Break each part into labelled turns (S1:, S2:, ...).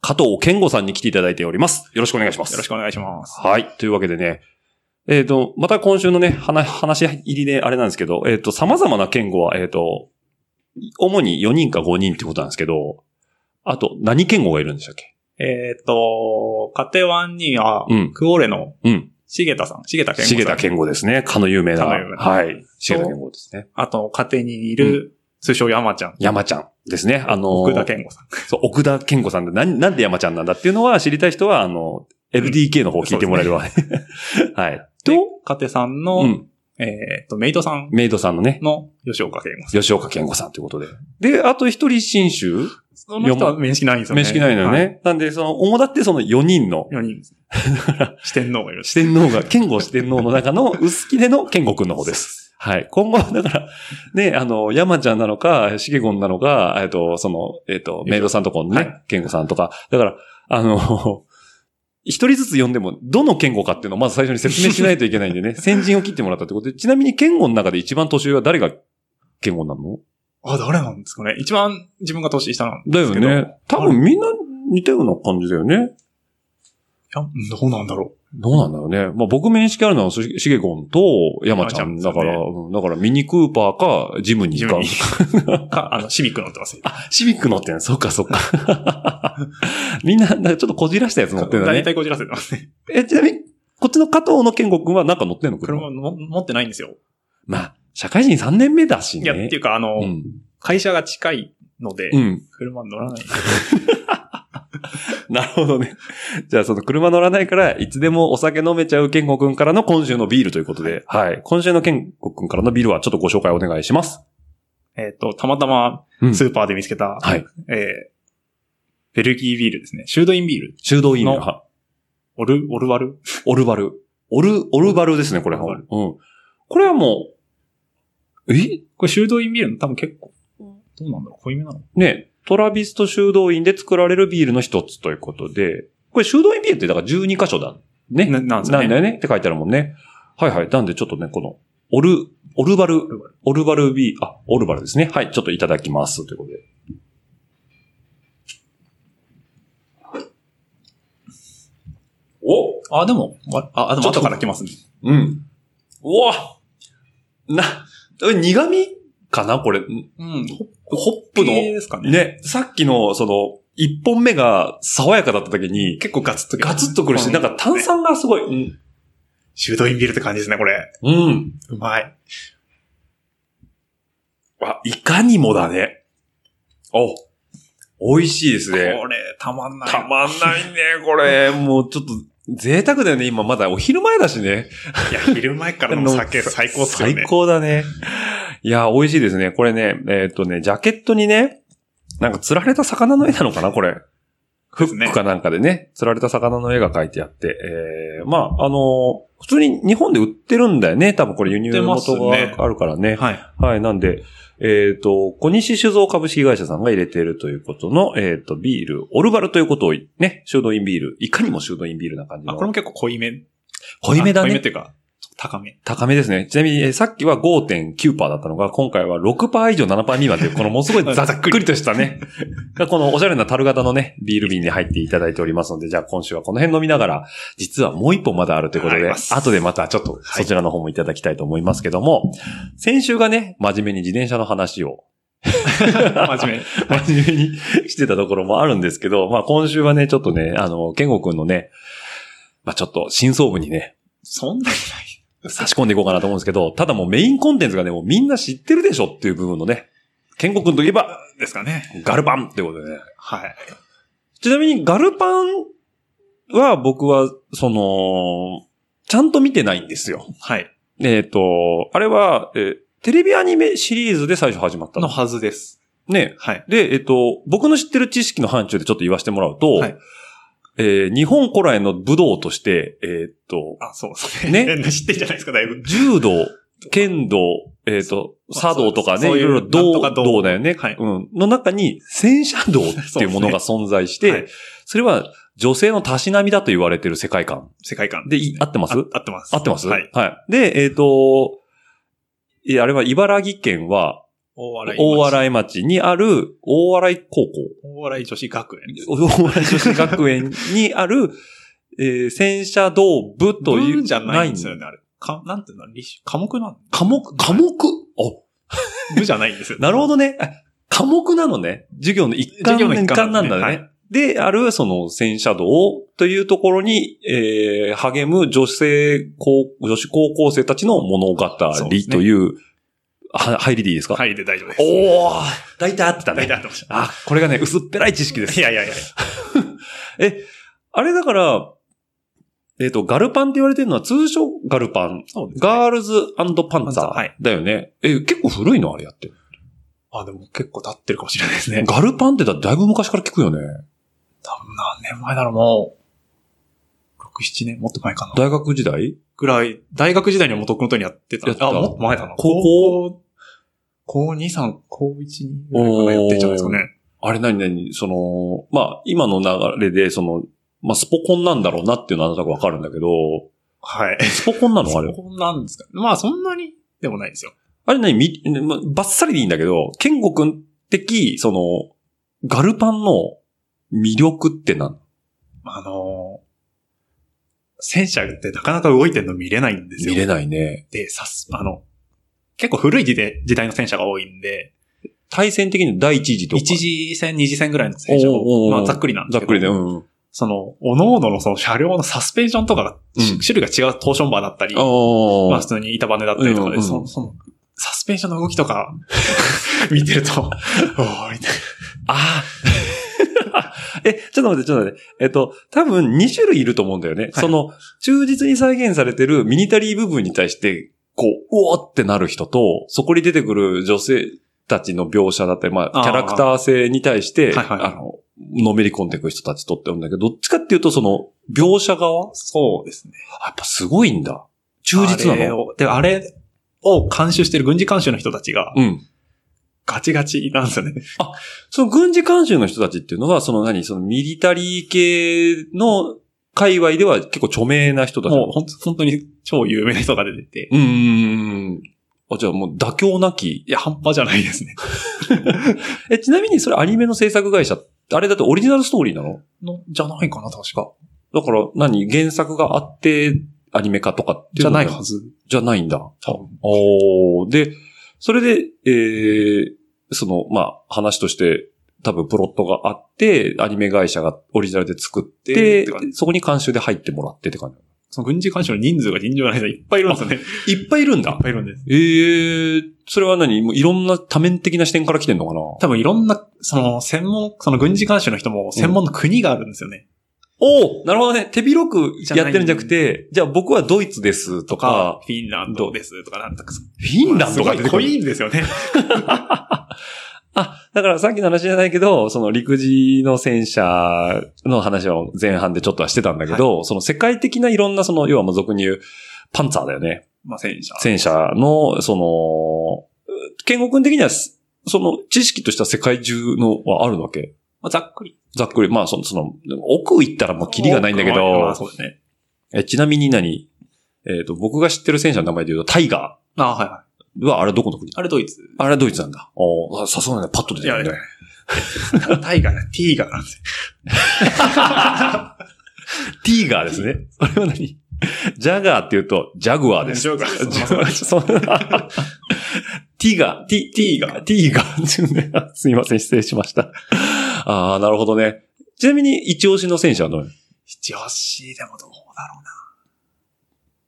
S1: 加藤健吾さんに来ていただいております。よろしくお願いします。
S2: よろしくお願いします。
S1: はい。というわけでね、えっ、と、また今週のね、話、話入りであれなんですけど、えっ、と、様々な言語は、えっ、と、主に4人か5人ってことなんですけど、あと、何言語がいるんでしたっけ
S2: えーっと、カテワンには、
S1: うん
S2: クオレの、
S1: うん。
S2: シゲタさん、シゲタ健吾さん。
S1: 茂田健吾ですね。かの有名な。
S2: かの有名な
S1: はい。茂田健吾ですね。
S2: あと、カテにいる、通称山ちゃん。
S1: 山ちゃんですね。あのー
S2: 福田健吾さん。
S1: そう、奥田健吾さんで、なん、なんで山ちゃんなんだっていうのは知りたい人は、あの、LDK の方聞いてもらえれば。 はい。
S2: と
S1: と、、
S2: カテさんの、
S1: うん、
S2: えーっと、メイドさん
S1: メイドさんのね、
S2: の吉岡健吾さん。
S1: 吉岡健吾さんということで。で、あと一人新州
S2: その人は面識ないんですよね。
S1: 面識ないのよね。。なんで、その、主だってその4人の、
S2: 4人です。四天王がいる。
S1: 四天王が、健吾四天王の中の薄切れの健吾くんの方です。はい。今後は、だから、ね、あの、山ちゃんなのか、しげごんなのか、えっと、その、えっと、メイドさんとこの
S2: は
S1: ね、健吾さんとか。だから、あの、一人ずつ呼んでも、どの健吾かっていうのをまず最初に説明しないといけないん でね、先陣を切ってもらったってことで、ちなみに健吾の中で一番年上は誰が健吾なの
S2: あ、誰なんですかね。一番自分が年下なん
S1: だ
S2: で
S1: よ
S2: すけど。い
S1: ね。多分みんな似たような感じだよね。
S2: やどうなんだろ
S1: どうなんだろうね。まあ、僕面識あるのは、ししげこんと山ちゃんだから、
S2: 山ちゃん
S1: うんだからミニクーパーか、ジム
S2: う。
S1: に
S2: 自
S1: 行か
S2: 分に。か、あの、シビック乗ってます。
S1: あ、シビック乗ってんのそっかそっか。 みんな、なんかちょっとこじらしたやつ乗ってんだ
S2: 大
S1: ね。
S2: 体こじらせてますね。
S1: え、ちなみに、こっちの加藤の健吾くんはなんか乗ってんの
S2: 車
S1: 車。
S2: も持ってないんですよ。
S1: まあ、社会人3年目だしね。
S2: いや、っていうか、あの、
S1: うん。
S2: 会社が近いので、
S1: うん。
S2: 車乗らない。
S1: なるほどね。じゃあ、その車乗らないから、いつでもお酒飲めちゃう健吾くんからの今週のビールということで、はい。今週の健吾くんからのビールはちょっとご紹介お願いします。
S2: えっ、と、たまたま
S1: うん
S2: スーパーで見つけた、
S1: はい。
S2: えーベルギービールですね。シュードインビール。
S1: 修道院の
S2: の、オル、オルワル
S1: オルバル。オル、オルバルですね、これ。う
S2: オ
S1: ん
S2: ルバル。
S1: これはもう、え
S2: これシュードインビールの多分結構、どうなんだろう濃いめなの
S1: ね、トラビスト修道院で作られるビールの一つということで、これ修道院ビールってだから12箇所だ。ね。
S2: ななんですよね
S1: だよねって書いてあるもんね。はいはい。なんでちょっとね、この、オル、オルバル
S2: ルバ、
S1: オルバルビー、あ、オルバルですね。はい、ちょっといただきます。ということで。お
S2: あ、でも、わあ、あで
S1: ち
S2: も
S1: ょっと
S2: 後から来ますね。
S1: うん。うわな、え苦味かなこれ。ん
S2: うん。ホッ
S1: ホップの。
S2: 系ですかね。
S1: ね、さっきの、その、一本目が爽やかだった時に、
S2: 結構ガツッと
S1: ガツッとくるし、なんか炭
S2: ね
S1: 酸がすごい。
S2: シュードインビールって感じですね、これ。
S1: うん。うん。
S2: うまい。
S1: わ、いかにもだね。お、美味しいですね。
S2: これ、たまんない。
S1: たまんないね、これ。もうちょっと、贅沢だよね。今まだお昼前だしね。
S2: いや、昼前からの酒最高っすよね。
S1: 最高だね。いや、美味しいですね。これね、えーっ、とね、ジャケットにね、なんか釣られた魚の絵なのかなこれ。フ
S2: すね
S1: ックかなんかでね、釣られた魚の絵が描いてあって、えー、まあ、あのー普通に日本で売ってるんだよね。多分これ輸入元
S2: 売ってますね
S1: があるからね。
S2: はい。
S1: はい。なんで、えっ、と、小西酒造株式会社さんが入れているということの、えっ、と、ビール、オルバルということを、ね、修道院ビール、いかにも修道院ビールな感じ
S2: あ、
S1: の。
S2: これも結構濃いめ。
S1: 濃いめだ
S2: あ濃い
S1: ね
S2: めっ。ていうか、高め。
S1: 高めですね。ちなみに、えーさっきは5.9%だったのが、今回は6%以上7%未満 という、このものすごいざっくりとしたね、 がこのおしゃれな樽型のね、ビール瓶に入っていただいておりますので、じゃあ今週はこの辺飲みながら、実はもう一本まだあるということ
S2: あり
S1: で
S2: ま、す
S1: 後でまたちょっとそちらの方もいただきたいと思いますけども、先週がね、真面目に自転車の話 を、
S2: 真面目。
S1: 真面目にしてたところもあるんですけど、まあ今週はね、ちょっとね、あの、健吾くんのね、まあちょっと真相部にね、
S2: そんなにない。
S1: 差し込んでいこうかなと思うんですけど、ただもうメインコンテンツがね、もうみんな知ってるでしょっていう部分のね、健吾くんといえば、
S2: ですかね。
S1: ガルパンってことでね。
S2: はい。
S1: ちなみに、ガルパンは僕は、その、ちゃんと見てないんですよ。
S2: はい。
S1: えっ、と、あれは、えーテレビアニメシリーズで最初始まった
S2: の
S1: の。
S2: はずです。
S1: ね。
S2: はい。
S1: で、えっ、と、僕の知ってる知識の範疇でちょっと言わせてもらうと、
S2: はい
S1: えー日本古来の武道として、えーっと、
S2: あ、そうです ね。
S1: ね
S2: 知ってんじゃないですか、だいぶ。
S1: 柔道、剣道、えーっと、茶道とかね、い
S2: そうそういう
S1: ろいろ道、
S2: なんとか道
S1: 道だよね。
S2: はい
S1: うん。の中に、戦車道っていうものが存在して、
S2: はい
S1: それは女性のたしなみだと言われてる世界観。
S2: 世界観
S1: で、い合ってます
S2: あ合ってます。
S1: 合ってます
S2: はい。。
S1: で、えっ、と、いやあれは茨城県は、
S2: 大洗。
S1: 大。洗町にある大洗高校、
S2: 大洗女子学園。
S1: 大洗女子学園にある、えー戦車道部という。
S2: 文じゃないんですよ
S1: ない
S2: ね、あれ。か、なんていうの立種科目なの
S1: 科目、科目
S2: 部じゃないんですよ
S1: お、。なるほ
S2: ど。
S1: どね。あ科目なのね。授業の一環
S2: 授業の一環
S1: な
S2: なん
S1: んだ
S2: ですね
S1: ね。
S2: はい
S1: で、ある、その、戦車道というところに、えー励む女性高、女子高校生たちの物語
S2: そうですね
S1: という、は入りでいいですか
S2: はい、で大丈夫です。
S1: おー大体合ってたね
S2: 大体。合ってました。
S1: あ、これがね、薄っぺらい知識です。
S2: いやいやいや。
S1: え、あれだから、えっ、と、ガルパンって言われてるのは通称ガルパン。
S2: そうですね
S1: ガールズパンツァ
S2: は
S1: ー
S2: い
S1: だよね。え、結構古いのあれやって。
S2: あ、でも結構経ってるかもしれないですね。
S1: ガルパンってだだいぶ昔から聞くよね。
S2: 多分何年前だろう、もう。6、7年もっと前かな。
S1: 大学時代
S2: ぐらい、大学時代には元くのとにやってた
S1: やってた
S2: あ、もっと前だな。
S1: 高
S2: 校高2、3、高1、2ぐらいかなやってんじゃないですかね。
S1: あれ何何その、まあ、今の流れで、その、まあ、スポコンなんだろうなっていうのはなんとなくわかるんだけど、
S2: はい。
S1: スポコンなのあれ。
S2: こんなんですかまあそんなにでもないですよ。
S1: あれ何み、まばっさりでいいんだけど、ケンゴくん的、その、ガルパンの魅力って何
S2: あのー戦車ってなかなか動いてるの見れないんですよ。
S1: 見れないね。
S2: で、さす、あの、結構古い時代時代の戦車が多いんで、
S1: 対戦的に第一次とか。
S2: 一次戦、二次戦ぐらいの戦車
S1: おうおうおう
S2: を、まあざっくりなんで
S1: ざ
S2: す
S1: っ
S2: けど。
S1: くりで、うん。あ
S2: その、おのおののその車両のサスペンションとかが、し
S1: うん
S2: 種類が違うトーションバーだったり、
S1: あ。
S2: まあ普通に板バネだったりとかで、
S1: うんうん
S2: その、その、サスペンションの動きとか、 見てる と、おーみたい
S1: あ あ。え、ちょっと待って、ちょっと待って。えっと、多分2種類いると思うんだよね。その、忠実に再現されてるミニタリー部分に対して、こう、うおーってなる人と、そこに出てくる女性たちの描写だったり、まあ、
S2: あー
S1: キャラクター性に対して、
S2: はいはい
S1: あの、のめり込んでいく人たちとってるんだけど、どっちかっていうと、その、描写側
S2: そうですね。
S1: あやっぱすごいんだ。忠実
S2: あ
S1: な
S2: れ
S1: の
S2: をで、あれを監修してる軍事監修の人たちが、
S1: うん。
S2: ガチガチなんですよね。
S1: その軍事監修の人たちっていうのは、その何そのミリタリー系の界隈では結構著名な人たちなの
S2: もうほん本当に超有名な人が出てて、
S1: うーん。あ、じゃあもう妥協なき。
S2: いや、半端じゃないですね。
S1: え、ちなみにそれアニメの制作会社、あれだってオリジナルストーリーなの
S2: の、じゃないかな、確か。
S1: だから何、原作があって、アニメ化とかって
S2: じ
S1: いう
S2: ゃ
S1: の
S2: な
S1: が
S2: いはず。
S1: じゃないんだ。
S2: 多分
S1: おーで、それで、えーその、まあ、話として、多分プロットがあって、アニメ会社がオリジナルで作って、
S2: でって感
S1: そこに監修で入ってもらってって感
S2: その軍事監修の人数が尋常じゃない人いっぱいいるんですよね。いっ
S1: じ。いっぱいいるんだ。
S2: ぱいいるんです。
S1: えー、それは何もういろんな多面的な視点から来てんのかな
S2: 多分いろんな、その、専門、その軍事監修の人も専門の国があるんですよね。
S1: おおなるほどね。手広くやってるんじゃなくて、じゃあ僕はドイツですと
S2: とか
S1: か、、
S2: フィンランドですとか、なんとか。フ
S1: フィンランドが出てく
S2: 濃
S1: る。
S2: いんですよね。
S1: あ、だからさっきの話じゃないけど、その陸自の戦車の話を前半でちょっとはしてたんだけど、その世界的ないろんなその、要はまあ俗に言う、パンツァーだよね。
S2: まあ、戦車。
S1: 戦車の、その、建国的には、その知識としては世界中のはあるわけ。
S2: まあ、ざっくり。
S1: ざっくり、まあその、その、奥行ったらもうキリがないんだけ
S2: ま
S1: ど
S2: あ、、そうですね。
S1: えちなみに何えっ、と、僕が知ってる戦車の名前で言うと、タイガー。
S2: ああ、はいはい。
S1: は、あれどこの国
S2: あれドイツ。
S1: あれはドイツなんだ。おーさすがだね、パッと出てくる
S2: いや
S1: ね。
S2: タイガーな、ティーガーなんですよ。
S1: ティーガーです ね。それは何ジャガーって言うと、ジャグワーです。
S2: ジャガー
S1: ジャガーそんなティーガー、ティティーガー、ティーガー。すいません、失礼しました。ああ、なるほどね。ちなみに、一押しの戦車はどう
S2: 一押し、でもどうだろうな。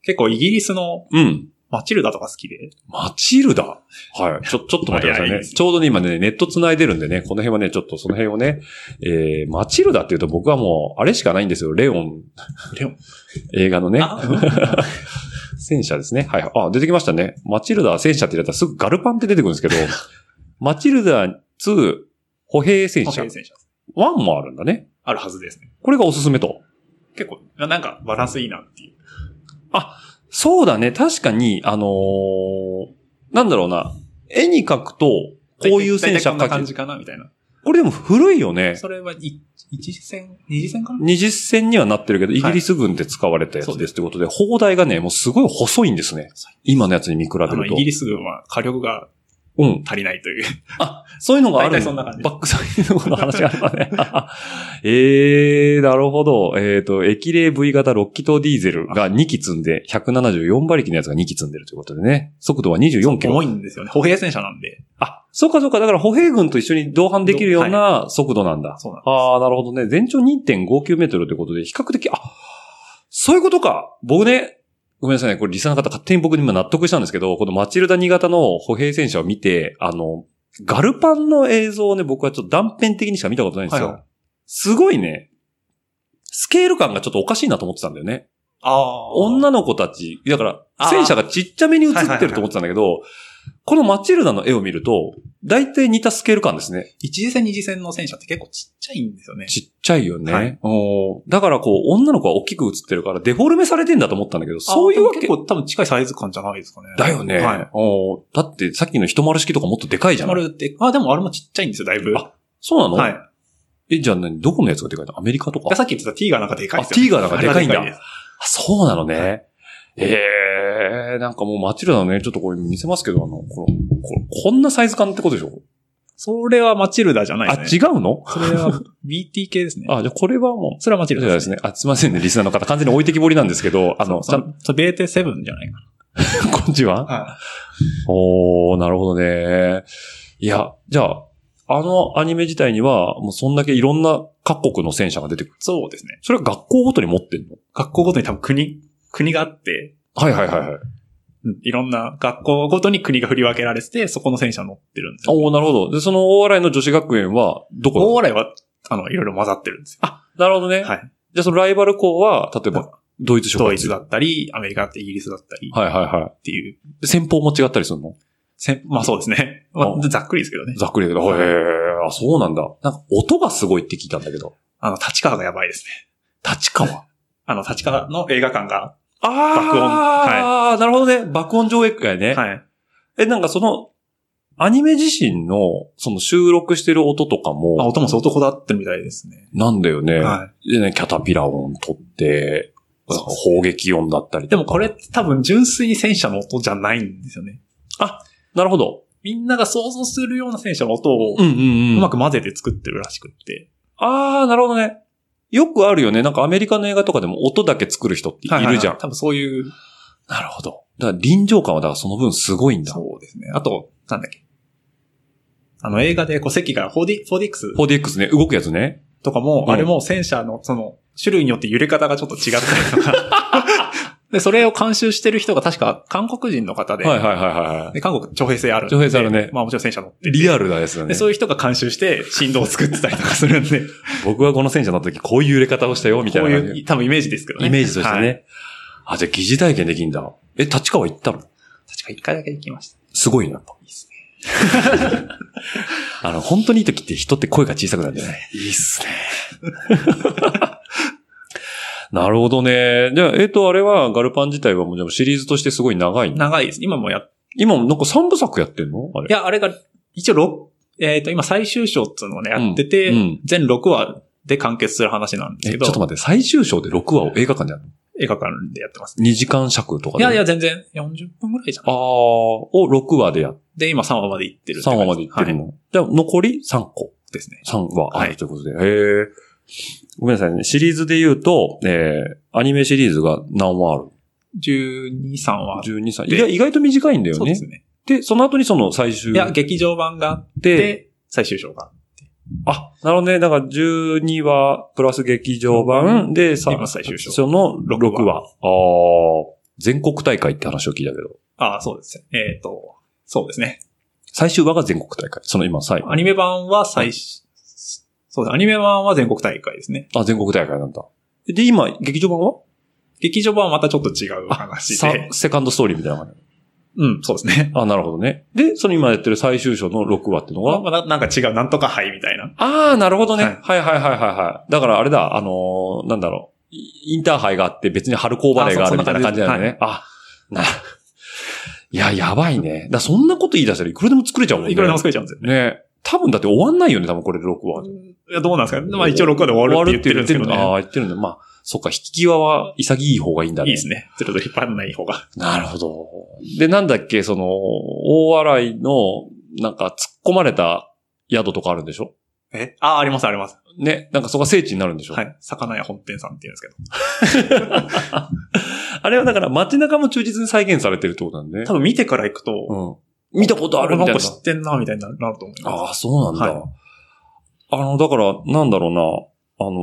S2: 結構イギリスの
S1: うん。
S2: マチルダとか好きで。
S1: マチルダはい。ちょ、ちょっと待ってください
S2: はいはいいい
S1: ね。
S2: です
S1: ちょうどね、今ね、ネット繋いでるんでね、この辺はね、ちょっとその辺をね、えー、マチルダっていうと僕はもう、あれしかないんですよ。レオン。
S2: レオン。
S1: 映画のね。
S2: あうん
S1: 戦車ですね。はいはい。あ、出てきましたね。マチルダ戦車って言ったらすぐガルパンって出てくるんですけど、マチルダ2歩兵戦
S2: 歩
S1: 車
S2: 兵。戦車。
S1: 1もあるんだね。
S2: あるはずですね。
S1: これがおすすめと。
S2: 結構、ななんかバランスいいなっていう。
S1: そうだね。確かに、あのーなんだろうな。絵に描くと、こういう戦車
S2: 大体こんな
S1: 描
S2: 感
S1: き。
S2: じかなみたいな。
S1: これでも古いよね。
S2: それは一一次戦二次戦かな
S1: 二十戦にはなってるけど、イギリス軍で使われたやつですってことで、砲台がね、もうすごい細いんですね。今のやつに見比べ
S2: あの、
S1: る
S2: イ
S1: と
S2: ギ。リス軍は火力が
S1: うん。
S2: 足りないという。
S1: そういうのがある
S2: 大体そんな感じ
S1: バックサ イドの話があるわね。 えー、なるほど。えっ、と、液冷 V 型6気筒ディーゼルが2機積んで、174馬力のやつが2機積んでるということでね。速度は24キロ。
S2: 重いんですよね。歩兵戦車なんで。
S1: あ、そうかそうか。だから歩兵軍と一緒に同伴できるような速度なんだ。
S2: そうなんです。
S1: ああ、なるほどね。全長2.59メートルということで、比較的、あ、そういうことか。僕ね、ごめんなさいね。これリスナーの方勝手に僕に今納得したんですけど、このマチルダ2型の歩兵戦車を見て、あの、ガルパンの映像をね、僕はちょっと断片的にしか見たことないんですよ。
S2: はいはい
S1: すごいね。スケール感がちょっとおかしいなと思ってたんだよね。
S2: ああ。
S1: 女の子たち、だから、
S2: あー
S1: 戦車がちっちゃめに映ってると思ってたんだけど、このマチルダの絵を見ると、大体似たスケール感ですね。
S2: 一次戦二次戦の戦車って結構ちっちゃいんですよね。
S1: ちっちゃいよね。
S2: はい
S1: おーだからこう、女の子は大きく映ってるから、デフォルメされてんだと思ったんだけど、
S2: あー
S1: そういうわけ
S2: でも結構多分近いサイズ感じゃないですかね。
S1: だよね。
S2: はい。
S1: おーだってさっきの一丸式とかもっとでかいじゃ
S2: ま
S1: ん。
S2: るって、あ、でもあれもちっちゃいんですよ、だいぶ。
S1: あそうなの、
S2: はい。
S1: え、じゃあ何どこのやつがでかいのアメリカとか
S2: でさっき言ってたティーガーなんかでかいですよ、
S1: あティーガーなんかでかいんだ
S2: あれがでです
S1: あそうなのね。ええー、なんかもうマチルダのね、ちょっとこれ見せますけど、あの、この、ここんなサイズ感ってことでしょ、
S2: それはマチルダじゃない
S1: あ、
S2: です
S1: 違
S2: ね。
S1: うの
S2: あ、違それは BT 系ですね。
S1: あ、じゃあこれはもう、
S2: それはマチル
S1: じ
S2: ダ
S1: ゃあ
S2: で
S1: ですす
S2: ね。
S1: ね。あ、すいませんね、リスナーの方。完全に置いてきぼりなんですけど、あの、ち
S2: そ
S1: ゃ
S2: うんそうベーテ7じゃないか
S1: こんちは
S2: な。は
S1: おー、なるほどね。いや、じゃあ、あのアニメ自体には、もうそんだけいろんな各国の戦車が出てくる。
S2: い。そうですね。
S1: それは学校ごとに持ってんの
S2: 学校ごとに多分国、国があって、
S1: はいはいはいはい。
S2: うんいろんな学校ごとに国が振り分けられてて、そこの戦車乗ってるんですよ。
S1: おー、なるほど。で、その大洗の女子学園は、どこ
S2: 大洗は、あの、いろいろ混ざってるんですよ。
S1: なるほどね。
S2: はい。
S1: じゃあそのライバル校は、例えば、ドイツ諸国
S2: ドイツだったり、アメリカだったり、イギリスだったり
S1: はいはいはい
S2: っていう。。
S1: で戦法も違ったりするの
S2: せんまあそうですね。ま
S1: お
S2: あ、ざっくりですけどね。
S1: ざっくりだけど、へー、あ、そうなんだ。なんか音がすごいって聞いたんだけど。
S2: あの、立川がやばいですね。
S1: 立川。
S2: あの、立川の映画館が、
S1: あー、
S2: 爆音は
S1: あなるほどね。爆音上映会ね。
S2: はい。
S1: え、なんかその、アニメ自身の、その収録してる音とか
S2: まあ、
S1: も、
S2: 音も相当こだわってるみたいですね。
S1: なんだよね。
S2: は
S1: でね、キャタピラ音取って、
S2: そう
S1: なんか砲撃音だったり
S2: い。で
S1: とか
S2: もこれって多分純粋に戦車の音じゃないんですよね。
S1: なるほど。
S2: みんなが想像するような戦車の音を
S1: うんうんうん。
S2: うまく混ぜて作ってるらしくって。
S1: あー、なるほどね。よくあるよね。なんかアメリカの映画とかでも音だけ作る人っているじゃん。
S2: 多分そういう、
S1: なるほど。だから臨場感はだからその分すごいんだ。
S2: そうですね。あと、なんだっけ。あの映画で、こう、席が 4D、4DX
S1: 4DX ね、動くやつね。
S2: とか
S1: うん
S2: も、あれも戦車の、その、種類によって揺れ方がちょっと違ったりとか。 で、それを監修してる人が確か韓国人の方で、
S1: はいはいはいはいは
S2: で韓国徴兵制あるんで。
S1: 徴兵制あるね
S2: まあもちろん戦車乗って
S1: い。
S2: て
S1: リアルなやつだね
S2: で、。そういう人が監修して振動を作ってたりとかするんで、
S1: 僕はこの戦車乗った時こういう揺れ方をしたよ、 みたい
S2: こ
S1: な
S2: う
S1: 感じ。
S2: いう、多分イメージですけどね。
S1: イメージとしてね。
S2: はい。
S1: あ、じゃあ疑似体験できんだ。え、立川行ったの
S2: 確か一回だけ行きました。
S1: すごいな。
S2: いいっすね。
S1: あの、本当にいい時って人って声が小さくなるんじゃないいいっすね。 なるほどね。じゃあ、えっ、と、あれは、ガルパン自体はもうでもシリーズとしてすごい長いんだ。
S2: 長いです。今もやっ、
S1: 今もなんか3部作やってんのあれ。
S2: いや、あれが、一応六えっ、と、今最終章っていうのをね、
S1: うん
S2: やってて、
S1: うん
S2: 全6話で完結する話なんです
S1: え、ち
S2: け
S1: ょ
S2: ど、
S1: っと待って、最終章で6話を映画館でやるの
S2: 映画館でやってます。
S1: ?2 時間尺とか
S2: い
S1: で。
S2: やいや、全然40分ぐらいじゃ
S1: あー、
S2: ん。
S1: を6話でやっ
S2: で、今3話まで行って
S1: て
S2: る
S1: る。3話までいってる
S2: はい
S1: の。じゃあ、残り3個。
S2: ですね。
S1: 3話あ
S2: は
S1: る
S2: い
S1: ということで。へえ。ごめんなさいね。シリーズで言うと、えー、アニメシリーズが何話ある
S2: 12、3話。
S1: ?12 歳。
S2: で
S1: いや、意外と短いんだよ
S2: そう
S1: ね。
S2: です
S1: で
S2: ね。
S1: その後にその最終。
S2: いや、劇場版があっ
S1: で、
S2: て、最終章が。
S1: あ、なるほどね。だから12話、プラス劇場版で、さ
S2: 今最終章
S1: その6
S2: 6
S1: 話。ああ全国大会って話を聞いたけど。
S2: ああ、そうですね。えっ、と、そうですね。
S1: 最終話が全国大会。その今最後
S2: ア。ニメ版は最し、そうです。アニメ版は全国大会ですね。
S1: あ、全国大会なんだ。で、今、劇場版は
S2: 劇場版はまたちょっと違う
S1: あ、
S2: 話
S1: さ
S2: で。
S1: セカンドストーリーみたいな感じ。
S2: うん、そうですね。
S1: あ、なるほどね。で、その今やってる最終章の6話っていうのが、
S2: まあななんか違う、なんとか杯みたいな。
S1: ああ、なるほどね。は
S2: はいい、
S1: はいはいはいはい。だからあれだ、あのーなんだろう。イインターハイがあって別に春高バレーがあるみたいな感じなんだよね。あ、な、いや、やばいね。だそんなこと言い出したらいくらでも作れちゃうもんね。
S2: いくらでも作れちゃうんですよ。
S1: ね。多分だって終わんないよね、多分これ6話。
S2: いや、どうなんですかね。まあ一応6話で終わるって言ってるんですけど
S1: 終わるって言ってるんだあ
S2: ね。
S1: あ、言ってるんだ。まあ、そっか、引き際は潔い方がいいんだね。
S2: いいですね。ちょっと引っ張らない方が。
S1: なるほど。で、なんだっけ、その、大洗の、なんか突っ込まれた宿とかあるんでしょ
S2: えああ、ありますあります。
S1: ね。なんかそこが聖地になるんでしょ
S2: はい。魚屋本店さんって言うんですけど。
S1: あれはだから街中も忠実に再現されてるってことなんでね。
S2: 多分見てから行くと、
S1: うん。見たことあるみたい
S2: この
S1: な。
S2: 子知ってんな、みたいになると思います。
S1: ああ、そうなんだ。
S2: は
S1: あの、だから、なんだろうな。あの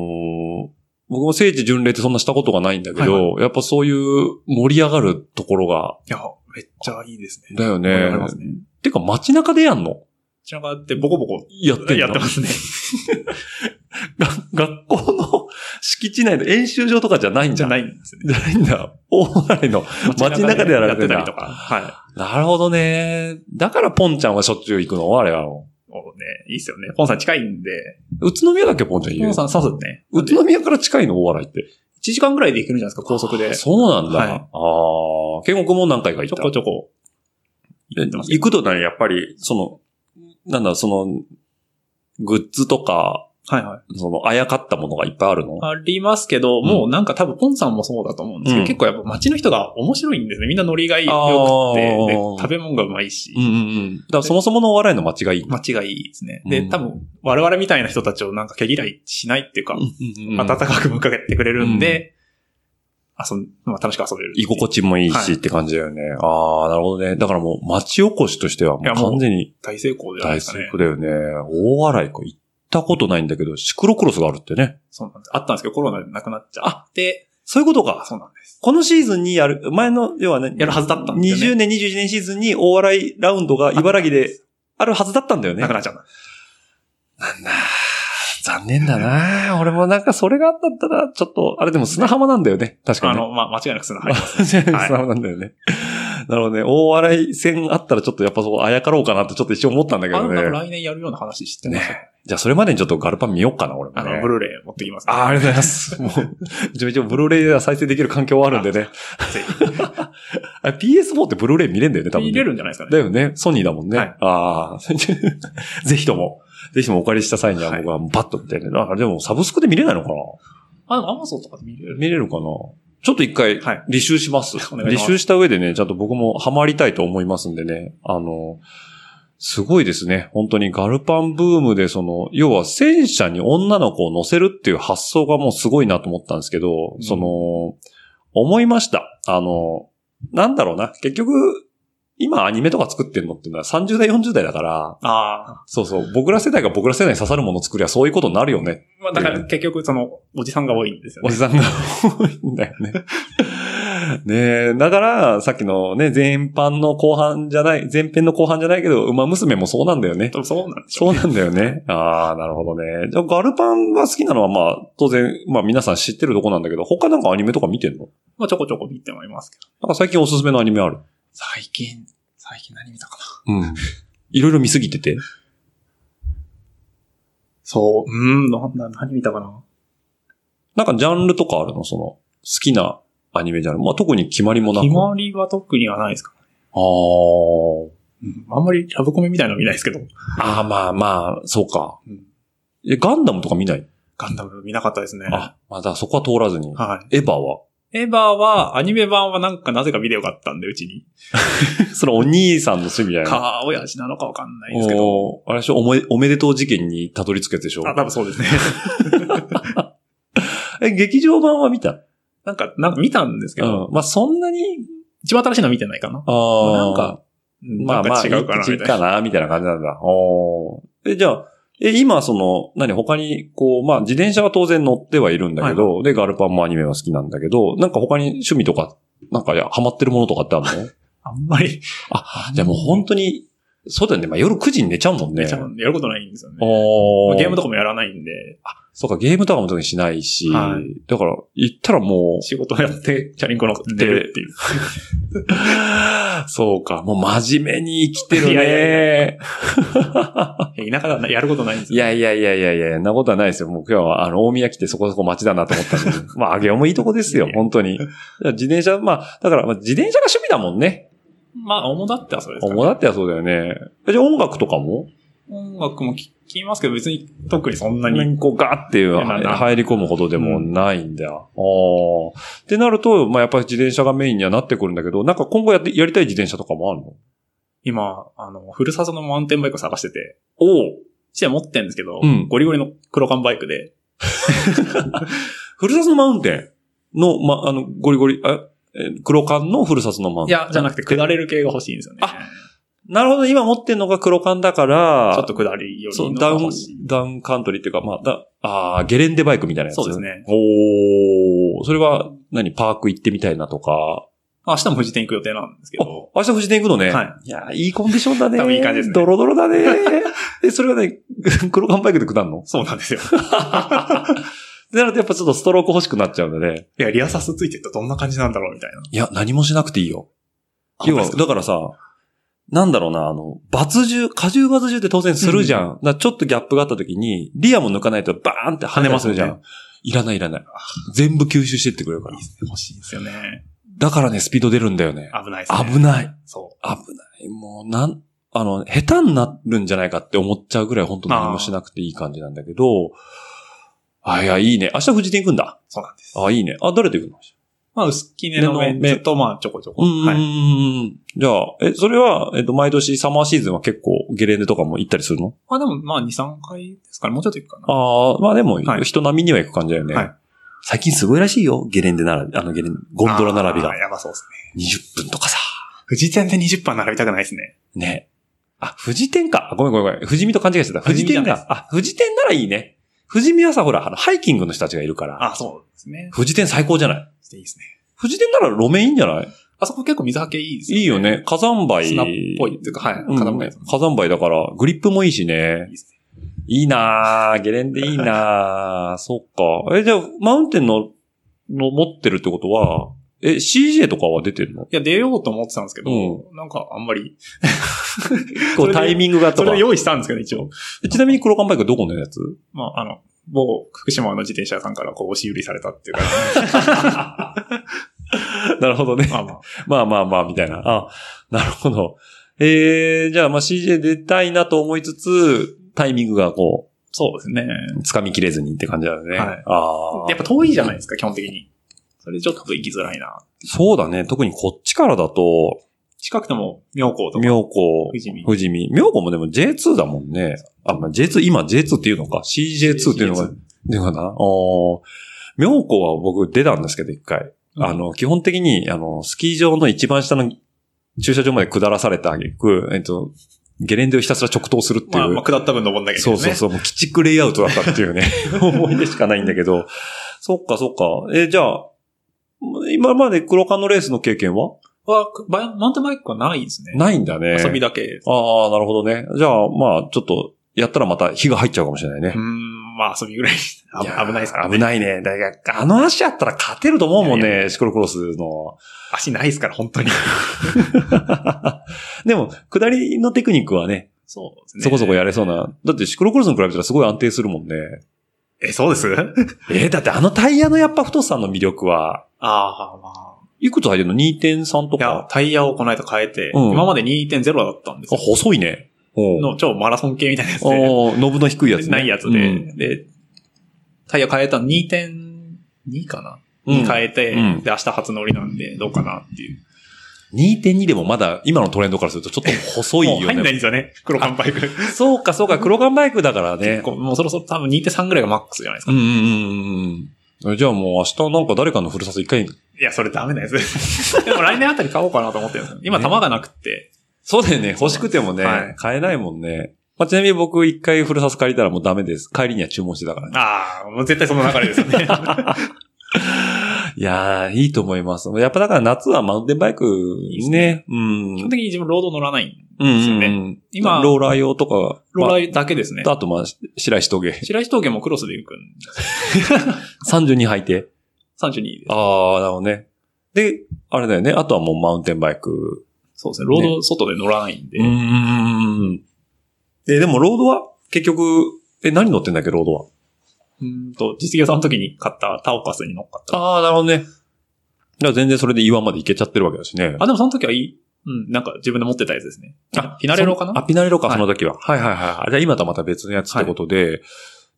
S1: ー僕も聖地巡礼ってそんなしたことがないんだけど、
S2: は
S1: やっぱそういう盛り上がるところが、
S2: いや、めっちゃいいですね。
S1: だよね。
S2: ありますね。こ
S1: てか街中でやんの
S2: ちらがあって、ボコボコ
S1: やってんの
S2: やってますね。
S1: が 学校の 敷地内の演習場とかじゃないん
S2: じ
S1: じ
S2: ゃ
S1: ゃない
S2: ないんですよね。
S1: じゃないんだ。大洗の。 街中でやられてんだ
S2: やってたりとか。はい。
S1: なるほどね。だからポンちゃんはしょっちゅう行くのあれは。
S2: もうね、いいっすよね。ポンさん近いんで。
S1: 宇都宮だっけポンちゃんい
S2: ポ
S1: る
S2: ンさんそうですね。
S1: 宇都宮から近いの大洗って。
S2: 1時間ぐらいで行けるんじゃないですか、高速で。ち
S1: そうなんだ。
S2: はい
S1: ああ、建国も何回か行
S2: ょ
S1: った。
S2: こちょこ。行ってますけ
S1: 行くとね、やっぱり、その、なんだ、その、グッズとか、
S2: どはいはい。
S1: その、あやかったものがいっぱいあるの
S2: ありますけど、
S1: ん
S2: もうなんか多分ポンさんもそうだと思うんですけど、
S1: うん
S2: 結構やっぱ街の人が面白いんですね。みんなノリが良くて、
S1: あー
S2: で食べ物がうまいし
S1: う、んうんうん。だからそもそものお笑いの間違い。
S2: 街がいいですね。
S1: う
S2: で、
S1: ん
S2: 多分我々みたいな人たちをなんか毛嫌いしないっていうか、
S1: うん
S2: 温かく迎えてくれるんで、遊ん、まあ楽しく遊べる。
S1: 居心地もいいしって感じだよね。ああ、なるほどね。だからもう町おこしとしてはもう
S2: いやもう
S1: 完全に
S2: 大成功じゃない
S1: 大
S2: ですか
S1: 成
S2: ね。
S1: 功だよね。大洗湖行ったことないんだけど、シクロクロスがあるってね。
S2: そうなんです。あったんですけど、コロナでなくなっちゃって、
S1: そういうことか。
S2: そうなんです。
S1: このシーズンにやる、前の、要はね、
S2: やるはずだったんですよ
S1: 20年、21年シーズンに大洗ラウンドが茨城であるはずだったんだよね。
S2: なくなっちゃった。
S1: 残念だな俺もなんかそれがあったったら、ちょっと、あれでも砂浜なんだよね。確か
S2: あ
S1: に、ね。
S2: の、まあ、間違いなくするの入 ります。
S1: 砂浜なんだよね。なるほどね。大笑い線あったらちょっとやっぱそこあやかろうかなってちょっと一瞬思ったんだけ
S2: あ
S1: ど
S2: の、なんか
S1: ね。
S2: 来年やるような話知ってます、ね、
S1: じゃあそれまでにちょっとガルパン見ようかな、俺も、
S2: あ
S1: ね。
S2: の、ブルーレイ持ってきます、
S1: あーありがとうございます。もう、めちゃめちゃブルーレイでは再生できる環境はあるんでね。
S2: ぜひ
S1: あ PS4 ってブルーレイ見れんだよね、多分、ね。
S2: 見れるんじゃないですか
S1: だ
S2: ね。
S1: よね。ソニーだもんね。
S2: はい
S1: ああ。 ぜひとも、ぜひともお借りした際には
S2: はい
S1: 僕はもうパッと見てね。あでもサブスクで見れないのかな
S2: あ、でもアマゾンとかで見れる。
S1: 見れるかなちょっと一回
S2: はい、
S1: 履修します。
S2: お願
S1: 履
S2: いします
S1: 修した上でね、ちゃんと僕もハマりたいと思いますんでね。あの、すごいですね。本当にガルパンブームで、その、要は戦車に女の子を乗せるっていう発想がもうすごいなと思ったんですけど、
S2: うん
S1: その、思いました。あの、なんだろうな。結局、今アニメとか作ってんのっていうのは30代、40代だから、
S2: ああ。
S1: そうそう、僕ら世代が僕ら世代に刺さるものを作りゃそういうことになるよね。
S2: まあ、だから結局、その、おじさんが多いんですよ
S1: お
S2: ね
S1: じ。さんが多いんだよね。ねえ、だから、さっきのね、前半の後半じゃない、前編の後半じゃないけど、馬娘もそうなんだよね。
S2: 多分そうなんでし
S1: そ
S2: ょ
S1: うなんだよね。ああ、なるほどね。じゃあ、ガルパンが好きなのは、まあ、当然、まあ皆さん知ってるとこなんだけど、他なんかアニメとか見てんの
S2: まあ、ちょこちょこ見てもいますけど。
S1: なんか最近おすすめのアニメある
S2: 最近、最近何見たかな。
S1: うん。いろいろ見すぎてて。
S2: そう。うん、なんだ、何見たかな。
S1: なんかジャンルとかあるのその、好きなアニメジャンル。まあ、特に決まりもなく。
S2: 決
S1: あ
S2: まりは特にはないですか、
S1: ー
S2: うん、あんまりラブコメみたいなの見ないですけど。
S1: あー、まあまあ、そうか。
S2: うん
S1: え、ガンダムとか見ない
S2: ガンダム見なかったですね。
S1: あ、まだそこは通らずに。
S2: は
S1: エヴァは
S2: い。エヴァは、アニメ版はなんかなぜかビデオがあったんで、うちに。
S1: そのお兄さんの趣味じゃない
S2: か、親父なのかわかんないですけど。
S1: おーあれでしょおめおめでとう事件にたどり着くやつでしょ
S2: あ、多分そうですね。
S1: え、劇場版は見た
S2: なんか、なんか見たんですけ
S1: う
S2: ど、
S1: ん。まあ、そんなに、
S2: 一番新しいのは見てないかな。
S1: あー
S2: なんか、
S1: まあ
S2: なん
S1: まあ、
S2: か違うかな、
S1: い
S2: み
S1: い
S2: たい
S1: か
S2: な。
S1: な、みたいな感じなんだ。おーえ、じゃあ、え、今、その、何、他に、こう、まあ、自転車は当然乗ってはいるんだけど、で、ガルパンもアニメは好きなんだけど、なんか他に趣味とか、なんか、いや、ハマってるものとかってあるの
S2: あんまり、
S1: あ、じゃあもう本当に、そうだよね。まあ、夜9時に寝ちゃうもんね。
S2: めちゃやることないんですよね。
S1: おー
S2: ゲームとかもやらないんで、
S1: そうか、ゲームとかも特にしないし、
S2: は
S1: だから、行ったらもう、
S2: 仕事やって、チャリンコ乗ってるっていう。
S1: そうか、もう真面目に生きてるね。
S2: い
S1: い
S2: や
S1: や
S2: い
S1: い
S2: や
S1: や
S2: いや田舎だな、やることないんですよ。
S1: いやいやいやいや、そんなことはないですよ。もう今日は、あの、大宮来てそこそこ街だなと思ったんで。 まあ、あげおもいいとこですよ
S2: いやい、や
S1: 本当に。自転車、まあ、だから、まあ自転車が趣味だもんね。
S2: まあ、主だってはそれですか、
S1: 主だってはそうだよね。えじゃあ音楽とかも
S2: 音楽も聞きますけど、別に特にそんなに。
S1: 何こうガーっていう
S2: いやまあな
S1: 入り込むほどでもないんだよ。ああ。ってなると、まあやっぱり自転車がメインにはなってくるんだけど、なんか今後やって、やりたい自転車とかもあるの
S2: 今、あの、ふるさとのマウンテンバイク探してて、
S1: おう
S2: 一台持ってるんですけど、
S1: うん
S2: ゴリゴリの黒缶バイクで、
S1: ふるさとのマウンテンの、ま、あの、ゴリゴリ、あえ黒缶のふるさとのマウン
S2: い
S1: テン。
S2: や、じゃなくて下れる系が欲しいんですよね。
S1: あなるほど、今持ってんのが黒缶だか
S2: ちょ
S1: ら
S2: っ、と下りよ
S1: そ
S2: り
S1: う、
S2: の
S1: ダ
S2: が
S1: ウン
S2: 欲しい。、
S1: ダウンカントリーっていうか、まあ、だ、ああ、ゲレンデバイクみたいなやつ。
S2: そうですね
S1: おーそれは何、パーク行ってみたいなとか、
S2: 明日も富士店行く予定なんですけど、
S1: 明日富士店行くのね。。
S2: はい
S1: いや、いいコンディションだね。
S2: 多分いい感じですね
S1: ドロドロだ ね。え、それはね、 黒缶バイクで下んの
S2: そうなんですよ。
S1: でなるとやっぱちょっとストローク欲しくなっちゃうんだね。
S2: いや、リアサスついてるとどんな感じなんだろうみたいな。
S1: いや、何もしなくていいよ。要は、
S2: 本当です
S1: だからさ、なんだろうな、あの、バツ重、荷重バツ重って当然するじゃん。だからちょっとギャップがあった時に、リアも抜かないとバーンって跳ねますじゃ
S2: そうで
S1: ん。いらないいらない。全部吸収してってくれるから
S2: いい。ですね欲しいんですよね。
S1: だからね、スピード出るんだよね。
S2: 危ないですね。
S1: 危ない。
S2: そ
S1: 危ない。もう、なん、あの、下手になるんじゃないかって思っちゃうぐらい本当何もしなくていい感じなんだけど、あいや、いいね。明日富士店行くんだ。
S2: う。そうなんです。
S1: あいいね。あ、誰と行くの
S2: まあ、薄きねのメンツと、まあ、ちょこちょこ。
S1: うーん、
S2: はい。
S1: じゃあ、え、それは、えっと、毎年サマーシーズンは結構ゲレンデとかも行ったりするの
S2: まあ、でも、まあ、2、3回ですかね。もうちょっと行くかな。
S1: ああ、まあでも
S2: は、い
S1: 人並みには行く感じだよね。
S2: はい
S1: 最近すごいらしいよ。ゲレンデなら、あの、ゲレン、ゴンドラ並びが
S2: あー。やばそうですね。
S1: 20分とかさ。
S2: 富士店で20分並びたくないですね。
S1: ね。あ、富士店か。あごめんごめんごめん。富士見と勘違いしてた。富士店
S2: 富士見じゃない
S1: が。あ、富士店ならいいね。富士見はさ、ほら、あのハイキングの人たちがいるから。
S2: あ、そうですね。
S1: 富士店最高じゃない
S2: いいですね。
S1: 富士店なら路面いいんじゃない
S2: あそこ結構水はけいいです
S1: いいよ。ね。火山灰。
S2: 砂っぽいっていうか、はい。
S1: うん。
S2: 固ま
S1: 火
S2: ないです
S1: 山灰だから、グリップもいいしね
S2: いい。ですね。
S1: いいなぁ。ゲレンデいいな ぁ。そっか。え、じゃあ、マウンテンの、の持ってるってことは、え、CJ とかは出てるの
S2: いや、出ようと思ってたんですけど、
S1: う
S2: なんかあんまり、
S1: こうタイミングが
S2: そ
S1: と
S2: れ
S1: か
S2: で。用意したんですけど、一応。
S1: えちなみに黒缶バイクはどこのや つ
S2: まあ、あの、某福島の自転車屋さんからこう押し売りされたっていう か、
S1: なるほど ね。
S2: まあまあ、
S1: まあまあまあ、みたいな。あ、なるほど。ええじゃあ、まあ CJ 出たいなと思いつつ、タイミングがこ
S2: そうですね。
S1: う、掴みきれずにって感じだよね。
S2: はい
S1: ああ。
S2: やっぱ遠いじゃないですか、基本的に。それちょっと行きづらいな。
S1: そうだね。特にこっちからだと、
S2: 近くても、妙高とか、
S1: 妙高、
S2: 富士見。
S1: 富士見。妙高もでも J2 だもんね。あ、まあ、J2、今 J2 っていうのか。CJ2 っていうのが、出るかなおー妙高は僕出たんですけど、一回。あの、基本的に、あの、スキー場の一番下の駐車場まで下らされた挙句、えっと、ゲレンデをひたすら直投するってい
S2: まあ、
S1: う。
S2: まあ、下った分登んなきゃいけ
S1: そ
S2: な
S1: う
S2: いです
S1: そうそ
S2: ね。
S1: う、もう鬼畜レイアウトだったって いうね、思い出しかないんだけど。そっかそっか。え、じゃあ、今まで黒缶のレースの経験は
S2: は、バイマウンテンバイクはないですね。
S1: ないんだね。
S2: 遊びだけ。
S1: ああ、なるほどね。じゃあ、まあ、ちょっと、やったらまた火が入っちゃうかもしれないね
S2: う。ん、まあ、遊びぐらい。あ
S1: やー
S2: 危ないですから、ね。
S1: 危ないね。だから、あの足やったら勝てると思うもん
S2: いやい
S1: ね、シクロクロスの。
S2: 足ないですから、本当に。
S1: でも、下りのテクニックはね、
S2: そうですね。
S1: そこそこやれそうな。だってシクロクロスに比べたらすごい安定するもんね。
S2: え、そうです
S1: えーだってあのタイヤのやっぱ太さの魅力は、
S2: ああ、ま
S1: いくつ入ってるの ?2.3 と
S2: あ。いや
S1: か。、
S2: タイヤをこの間変えて、
S1: うん
S2: 今まで2.0だったんです
S1: あ、
S2: よ。
S1: 細いね。おう
S2: の超マラソン系みたいなやつで、
S1: おうノブの低いやつ、ね。
S2: ないやつで、で、タイヤ変えたの2.2かな、
S1: うん。
S2: に変えて、
S1: うん
S2: で、明日初乗りなんで、どうかなっていう。
S1: 2.2でもまだ今のトレンドからするとちょっと細い
S2: もう
S1: よ
S2: 入んないん
S1: ね。
S2: ですよね、黒缶バイク。
S1: そうか、そうか、黒缶バイクだからね。
S2: こうもうそろそろ多分2.3ぐらいがマックスじゃないです
S1: う
S2: か。
S1: んうんうんうんうん。じゃあもう明日なんか誰かのふるさと一回。
S2: いや、それダメなやつ です。でも来年あたり買おうかなと思ってるんですよ今、
S1: ね
S2: 玉がなくって、
S1: そうだよね。欲しくてもね、
S2: はい
S1: 買えないもんね。まあ、ちなみに僕一回ふるさと借りたらもうダメです。帰りには注文してたからね。
S2: ああ、もう絶対その流れですよ ね。
S1: いやー、いいと思います。やっぱだから夏はマウンテンバイク
S2: いいっす
S1: ね。う
S2: 基
S1: ん
S2: 本。的に自分ロード乗らないん
S1: うん
S2: ですよね
S1: うん
S2: 今
S1: ローラー用とか、
S2: ロー
S1: ま
S2: ラ
S1: あ
S2: ーだけですね。
S1: あとまあ、白石峠。
S2: 白石峠もクロスで行くん
S1: 32履いて。
S2: 32です。
S1: ああ、なるほどね。で、あれだよね。あとはもうマウンテンバイク。
S2: そうですね。ロード外で乗らないんで。
S1: ん。え、でもロードは結局、え、何乗ってんだっけ、ロードは。
S2: うんと、実業さんの時に買ったタオカスに乗っかった。
S1: ああ、なるほどね。じゃあ全然それで岩まで行けちゃってるわけだしね。
S2: あ、でもその時はいい。うん、なんか自分で持ってたやつですね。
S1: あ
S2: ピナレロかな
S1: そのあ、ピナレロか、
S2: はい
S1: その時は。はいはいはいはい。じゃあ今とはまた別のやつってことで、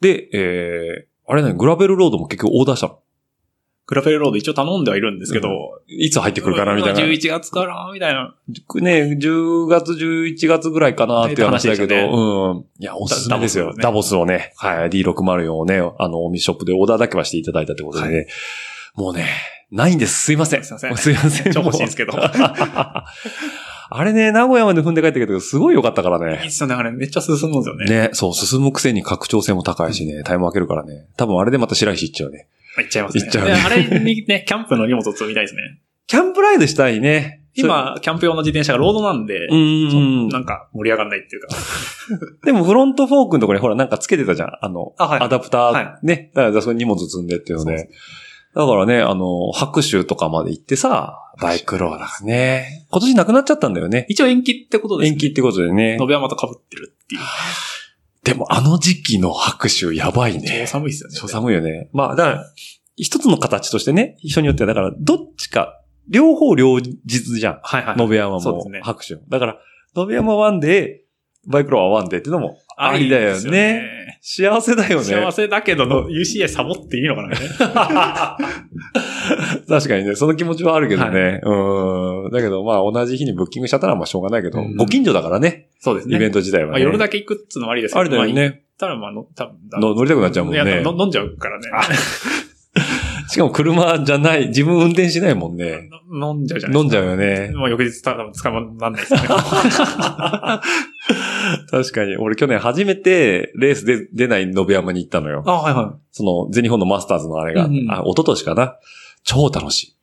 S1: で、えー、あれね、グラベルロードも結局オーダーしたの。
S2: グラフェルロード一応頼んではいるんですけど、
S1: いつ入ってくるかな、みたいな。
S2: 11月から、みたいな。
S1: ね、10月、11月ぐらいかなっていう話だけど、
S2: ね話でした
S1: うん。いや、おすすめですよ。ダ
S2: ダ
S1: ボ
S2: ボ
S1: スをね、はい、D604 をね、あの、オミショップでオーダーだけはしていただいたってことでね、もうね、ないんです。すいません。
S2: すいません
S1: すいません。
S2: 超欲しいんですけ ど
S1: あれね、名古屋まで踏んで帰ってきたけど、すごい良かったから
S2: いい
S1: ね
S2: っ。すよね、あれ。めっちゃ進むんですよね。
S1: ね、そう、進むくせに拡張性も高いしね、タイム開けるからね。多分あれでまた白石行っちゃうね。
S2: 行っちゃいますね。
S1: 行っちゃうね
S2: であれにね、キャンプの荷物を積みたいですね。
S1: キャンプライドしたいね。
S2: 今、キャンプ用の自転車がロードなんで、
S1: それ、う
S2: そ
S1: ん。
S2: なんか盛り上がんないっていうか。
S1: でもフロントフォークのとこにほらなんかつけてたじゃん。あの、
S2: あはい
S1: アダプター、
S2: は
S1: ね。だからそこに荷物積んでっていうの
S2: そう
S1: で。だからね、あの、白州とかまで行ってさ、バイクローだからね。今年なくなっちゃったんだよね。
S2: 一応延期ってことです
S1: 延
S2: ね。
S1: 期ってことでね
S2: 延。べ山と被ってるっていう。
S1: でもあの時期の白州やばい
S2: 超
S1: ね。
S2: 寒いですよね。
S1: 超寒いよね。まあ、だから、一つの形としてね、人によっては、だから、どっちか、両方両日じゃん。
S2: はいはい。
S1: 野辺山
S2: そうで
S1: も
S2: すね、
S1: 白州も。だから、野辺山ワンデー、バイクローはワンデーってのもありだ
S2: あ
S1: よ
S2: です
S1: ね。。幸せだよね。
S2: 幸せだけどの、UCA サボっていいのかなみたいな
S1: 確かにね、その気持ちはあるけどね。うーん。だけど、まあ、同じ日にブッキングしちゃったら、まあ、しょうがないけど、
S2: うん
S1: ご近所だからね、
S2: そうですね。
S1: イベント自体はね。
S2: まあ、夜だけ行くっつうのもありですけど
S1: あれだよ
S2: まあ、行っ
S1: ね。
S2: たら、まあ、の多分
S1: の乗りたくなっちゃうもん
S2: いや
S1: ね。
S2: の飲んじゃうからね。
S1: しかも車じゃない、自分運転しないもんね。
S2: の 飲んじゃうじゃない
S1: 飲んじゃうよね。
S2: もう翌日、たぶん捕まんないで すね。
S1: 確かに。俺去年初めてレースで出ない延山に行ったのよ。
S2: あ、はいはい。
S1: その全日本のマスターズのあれが、
S2: うんうん
S1: あ、一昨年かな。超楽しい。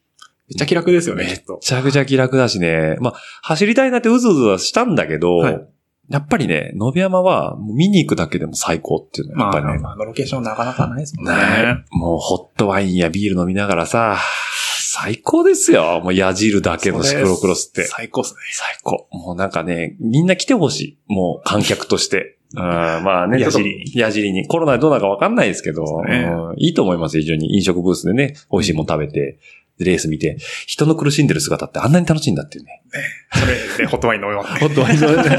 S2: めっちゃ気楽ですよね、
S1: め
S2: きっと
S1: め。ちゃくちゃ気楽だしね。まあ、走りたいなってうずうずはしたんだけど、
S2: はい
S1: やっぱりね、野辺山はもう見に行くだけでも最高っていうの
S2: ま
S1: はやっぱ
S2: あ、
S1: りね。
S2: まあ、あのロケーションなかなかないですもんね。
S1: ねもうホットワインやビール飲みながらさ、最高ですよ。もう矢汁だけのシクロクロスって。最
S2: 最高っすね。
S1: 高。もうなんかね、みんな来てほしい。もう観客として。うん、まあね、
S2: 矢尻
S1: ちょっと矢尻に。コロナでどうなるかわかんないですけど、
S2: うですね
S1: うんいいと思いますよ、非常に。飲食ブースでね、美味しいもん食べて、でレース見て、人の苦しんでる姿ってあんなに楽しいんだっていうね。
S2: それでホットワイン飲みますね。
S1: ホットワインの ね。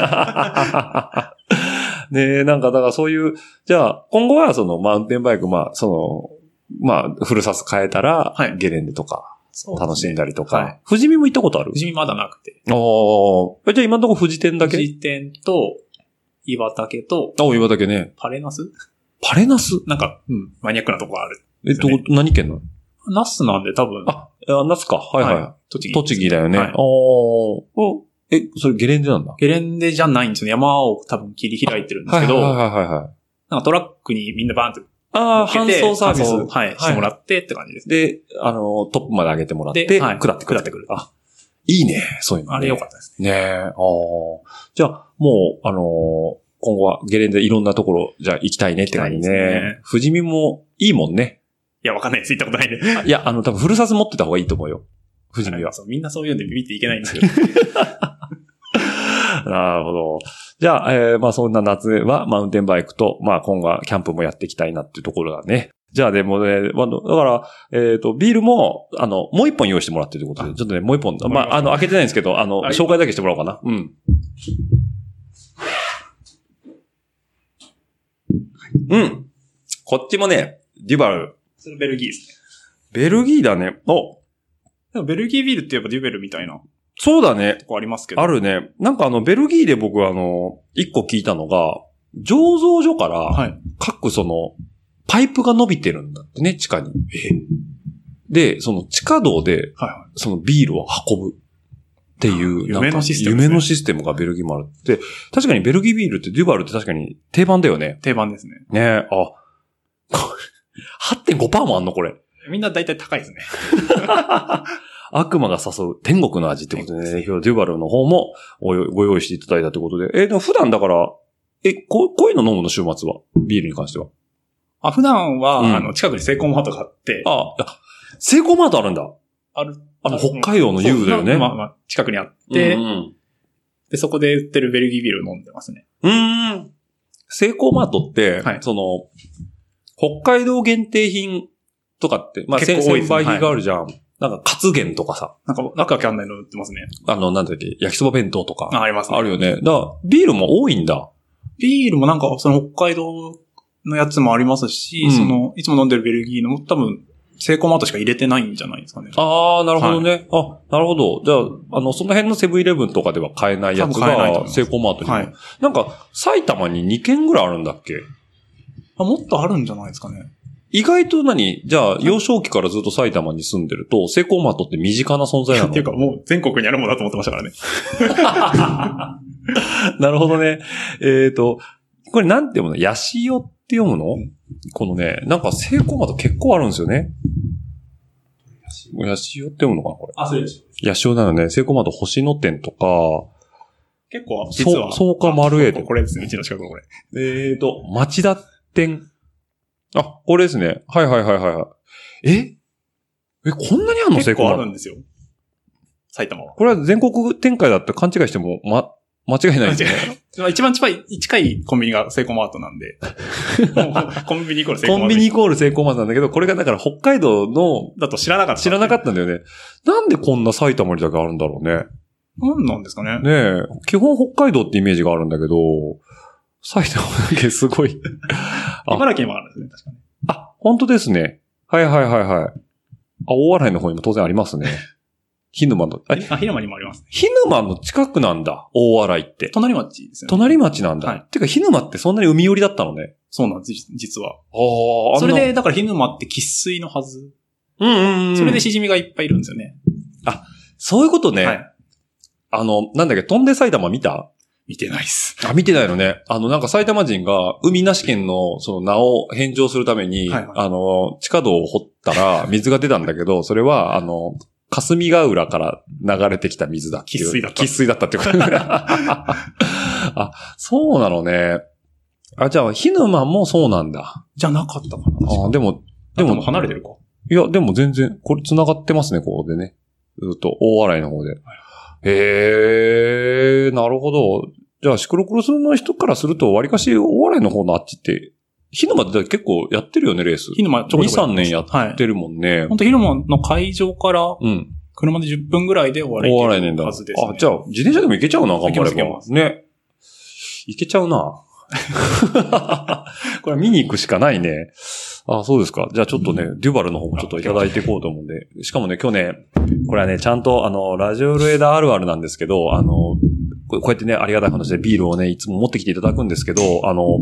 S1: ねえ、なんか、だからそういう、じゃあ、今後はそのマウンテンバイク、まあ、その、まあ、フルサス変えたら、
S2: はい
S1: ゲレンデとか、 楽しんだりと
S2: は
S1: か
S2: い。
S1: 富士見も行ったことある
S2: 富士見まだなくて。
S1: おーえじゃあ今のところ富士店だ
S2: 富
S1: け
S2: 士店と、岩竹と、
S1: あ、岩だけね。
S2: パレナス
S1: パレナス
S2: なんか、うん、マニアックなとこがある。
S1: えっと、
S2: ですね
S1: 何県なの
S2: ナスなんで多分、
S1: あ、あナスか。はいはい。
S2: は栃木。
S1: 栃木だよね。
S2: はい
S1: おーおえ、それゲレンデなんだ
S2: ゲレンデじゃないんですよね。山を多分切り開いてるんですけど、
S1: はいはいはいはいはい。
S2: なんかトラックにみんなバーンって
S1: ああ、
S2: 乗っ
S1: 搬
S2: けて
S1: 送サービス。
S2: 搬送はい、してもらってって感じですね。
S1: で、あの、トップまで上げてもらって、
S2: ではい
S1: 下ってくる。
S2: 下ってくる
S1: あ、いいね、そういうの、ね。
S2: あれ良かったですね。
S1: た。ねえ、ああ。じゃあ、もう、あのー今後はゲレンデいろんなところ、じゃあ行きたいねって感じ
S2: 行
S1: ね。
S2: きたいですね
S1: 富士見もいいもんね。
S2: いや、わかんないです。行ったことないんで。
S1: いや、あの、多分フルサス持ってた方がいいと思うよ。富士見は。
S2: そうみんなそういうんでビビっていけないんですけ ど。
S1: なるほど。じゃあ、えーまあそんな夏はマウンテンバイクと、まあ今後はキャンプもやっていきたいなっていうところだね。じゃあでもね、まあだから、えっ、と、ビールも、あの、もう一本用意してもらってるということで、ちょっとね、もう一本、まあ、あの、開けてないんですけど、あの、
S2: はい
S1: 紹介だけしてもらおうかな。うん。うん。こっちもね、デュバル、
S2: それベルギーですね。
S1: ベルギーだね。お、
S2: でもベルギービールって言えばデュベルみたいなと
S1: そうだね。
S2: こありますけど。
S1: あるね。なんかあの、ベルギーで僕あの、一個聞いたのが、醸造所から、
S2: はい。
S1: 各その、パイプが伸びてるんだってね、地下に。で、その地下道で、
S2: はいは
S1: そのビールを運ぶっていう、
S2: 夢の
S1: なんか
S2: システムですね
S1: 夢のシステムがベルギーもある。で、確かにベルギービールってデュバルって確かに定番だよね。
S2: 定番ですね。
S1: ねえ、あ、 これ8.5%もあんのこれ。
S2: みんな大体高いですね。
S1: 悪魔が誘う天国の味ってことでね、今日デュバルの方もおよご用意していただいたってことで。え、でも普段だから、え、こう、こういうの飲むの週末はビールに関しては。
S2: あ、普段は、
S1: うん
S2: あの、近くにセイコーマートがあって、
S1: あ、あセイコーマートあるんだ。
S2: ある、
S1: あの、北海道の
S2: そう
S1: 遊具だよね。
S2: まあまあ、近くにあって、
S1: うんうん
S2: で、そこで売ってるベルギービールを飲んでますね。
S1: うーん。セイコーマートって、
S2: はい
S1: その、北海道限定品とかって、まあ、
S2: 結
S1: 先
S2: 構多
S1: 先
S2: いですね
S1: 輩品があるじゃん。なんか、カツゲンとかさ、
S2: なんか、なんかわかんないの売ってますね。
S1: あの、なんだっけ、焼きそば弁当とか、
S2: あ、あります、
S1: あるよね。だから、ビールも多いんだ。
S2: ビールもなんか、その北海道のやつもありますし、
S1: うん
S2: その、いつも飲んでるベルギーのも多分、セイコーマートしか入れてないんじゃないですかね。
S1: ああ、なるほどね。あ、なるほど。じゃあ、あの、その辺のセブンイレブンとかでは買えないやつ
S2: 多分買えない
S1: が、
S2: と思います
S1: セイコーマートにも、
S2: はい
S1: なんか、埼玉に2軒ぐらいあるんだっけ
S2: あもっとあるんじゃないですかね。
S1: 意外と何じゃあ、幼少期からずっと埼玉に住んでると、セイコーマートって身近な存在なの
S2: っていうか、もう全国にあるものだと思ってましたからね。
S1: なるほどね。えっ、と、これなんて読むのヤシオって読むの、このね、なんか成功窓結構あるんですよね。ヤシオって読むのかなこれ。
S2: あ、そうです。
S1: ヤシオなのね。成功窓星野店とか、
S2: 結構、実
S1: そう
S2: は、
S1: そうか丸栄
S2: こ
S1: とか。
S2: これですね、うちの近くのこれ。
S1: えっ、と、町田店。あ、これですね。はいはいはいはいはい。ええ、こんなにあるの成
S2: 結
S1: 功
S2: 構ある
S1: 窓。
S2: んですよ。埼玉は。
S1: これは全国展開だって勘違いしても、ま、間違いないですね。
S2: ま あ一番近い、近いコンビニがセイコーマートな んで。もうコンビニイコールセイコ
S1: コ
S2: ーマート。
S1: ンビニイコール成功窓なんだけど、これがだから北海道の
S2: だと知らなかった。
S1: 知らなかったんだよね。なんでこんな埼玉にだけあるんだろうね。
S2: 何なんですかね。
S1: ねえ、基本北海道ってイメージがあるんだけど、埼玉だけすごい。あ
S2: 茨城にもあるんですね、確かに。
S1: あ、本当ですね。はいはいはいはい。あ、大洗の方にも当然ありますね。ヒヌマの、え、
S2: あ、広間にもありますね。
S1: ヒヌマの近くなんだ、大洗って。
S2: 隣町ですよね。
S1: 隣町なんだ。
S2: はい
S1: てか、ヒヌマってそんなに海寄りだったのね。
S2: そうなんです、実実は。
S1: あ
S2: それ、で、だからヒヌマって喫水のはず。
S1: うんうん、うん。
S2: それで、シジミがいっぱいいるんですよね。
S1: そういうことね。
S2: はい。
S1: あの、なんだっけ、飛んで埼玉見た
S2: 見てないっす。
S1: あ、見てないのね。あの、なんか埼玉人が海なし県のその名を返上するために、
S2: はいはい
S1: あの、地下道を掘った ら水が出たんだけど、それは、あの、霞ヶ浦から流れてきた水だっていう。
S2: 喫水だった
S1: 喫水だったってこと。 あ、そうなのね。あ、じゃあ、ヒヌマンもそうなんだ。
S2: じゃなかったかな。
S1: あでも、で
S2: でも
S1: も、
S2: 離れてるか。
S1: いや、でも全然、これ繋がってますね、ここでね。ずっと、大洗の方で。へえー、なるほど。じゃあ、シクロクロスの人からすると、わりかし大洗の方のあっちって、日沼って結構やってるよね、レース。
S2: ヒヌマちょこちょこ
S1: 2、3年やっ
S2: はい。
S1: てるもんね
S2: ほ。んと、ヒヌマの会場から
S1: うん。
S2: 車で10分ぐらいで終
S1: 大
S2: わ
S1: 洗
S2: れ
S1: 年
S2: てる
S1: だ。
S2: はずです、ね。
S1: あ、じゃあ、自転車でも行けちゃうな、頑張
S2: 行け
S1: れば
S2: ま。す
S1: ね。行けちゃうな。 これ見に行くしかないね。あ、そうですか。じゃあちょっとね、デュバルの方もちょっといただいていこうと思うんで。しかもね、去年、これはね、ちゃんと、あの、ラジオルエダあるあるなんですけど、あの、ここうやってね、ありがたい話でビールをね、いつも持ってきていただくんですけど、あの、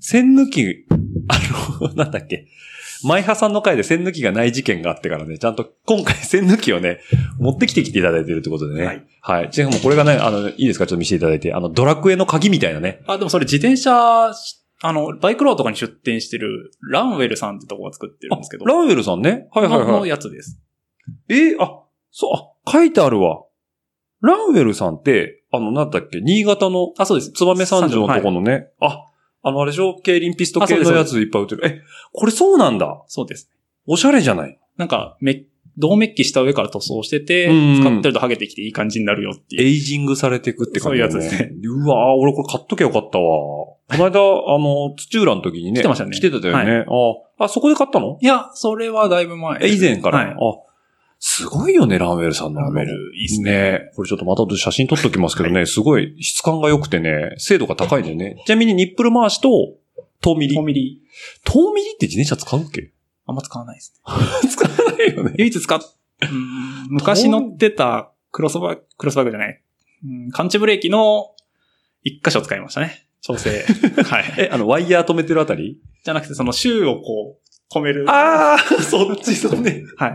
S1: 栓抜き、 あの、なんだっけ。マイハさんの回で栓抜きがない事件があってからね、ちゃんと今回 栓抜きをね、持ってきてきていただいてるってことでね。
S2: はい。
S1: はい。ちなみにこれがね、あの、いいですかちょっと見せていただいて。あの、ドラクエの鍵みたいなね。
S2: あ、でもそれ自転車、あの、バイクローとかに出店してる、ランウェルさんってとこが作ってるんですけど。
S1: ランウェルさんね。はいはい
S2: の
S1: は
S2: の
S1: い。
S2: やつです。
S1: えーあ、そう、あ、書いてあるわ。ランウェルさんって、あの、なんだっけ、新潟の、
S2: あ、そうです。
S1: 燕三条のとこのね、あ、あの、あれでしょ競輪ピスト系
S2: あそう
S1: のや
S2: です
S1: ついっぱい売ってる。え、これそうなんだ。
S2: そうです。
S1: おしゃれじゃない。
S2: なんか、め、銅メッキした上から塗装してて、
S1: うん
S2: 使ってると剥げてきていい感じになるよって
S1: エ
S2: いう。
S1: イジングされてくって感じ、
S2: そういうやつですね。
S1: うわー俺これ買っときゃよかったわ。この間、あの、土浦の時にね。
S2: 来てましたね
S1: 来てたよね。あ、あ、そこで買ったの
S2: いや、それはだいぶ前
S1: え、以前から。
S2: はい
S1: あ、すごいよね、ランウェルさんの
S2: ラ
S1: あ
S2: ン
S1: の
S2: ウェル、いい
S1: で
S2: っ
S1: すす
S2: ね。
S1: ね。これちょっとまた写真撮っときますけどね、すごい質感が良くてね、精度が高いんだよね。ちなみにニップル回しと、遠ミリ。
S2: 5ミリ。
S1: 遠ミリって自転車使うっけ
S2: あんま使わないです ね。
S1: 使わないよね。
S2: 唯一使っ、うん昔乗ってたクロスバイク、クロスバイクじゃない。うん、感知ブレーキの一箇所使いましたね。調 整。はい。
S1: え、あの、ワイヤー止めてるあたり
S2: じゃなくて、その周をこう、込める。
S1: ああ、そっちそね。
S2: はい。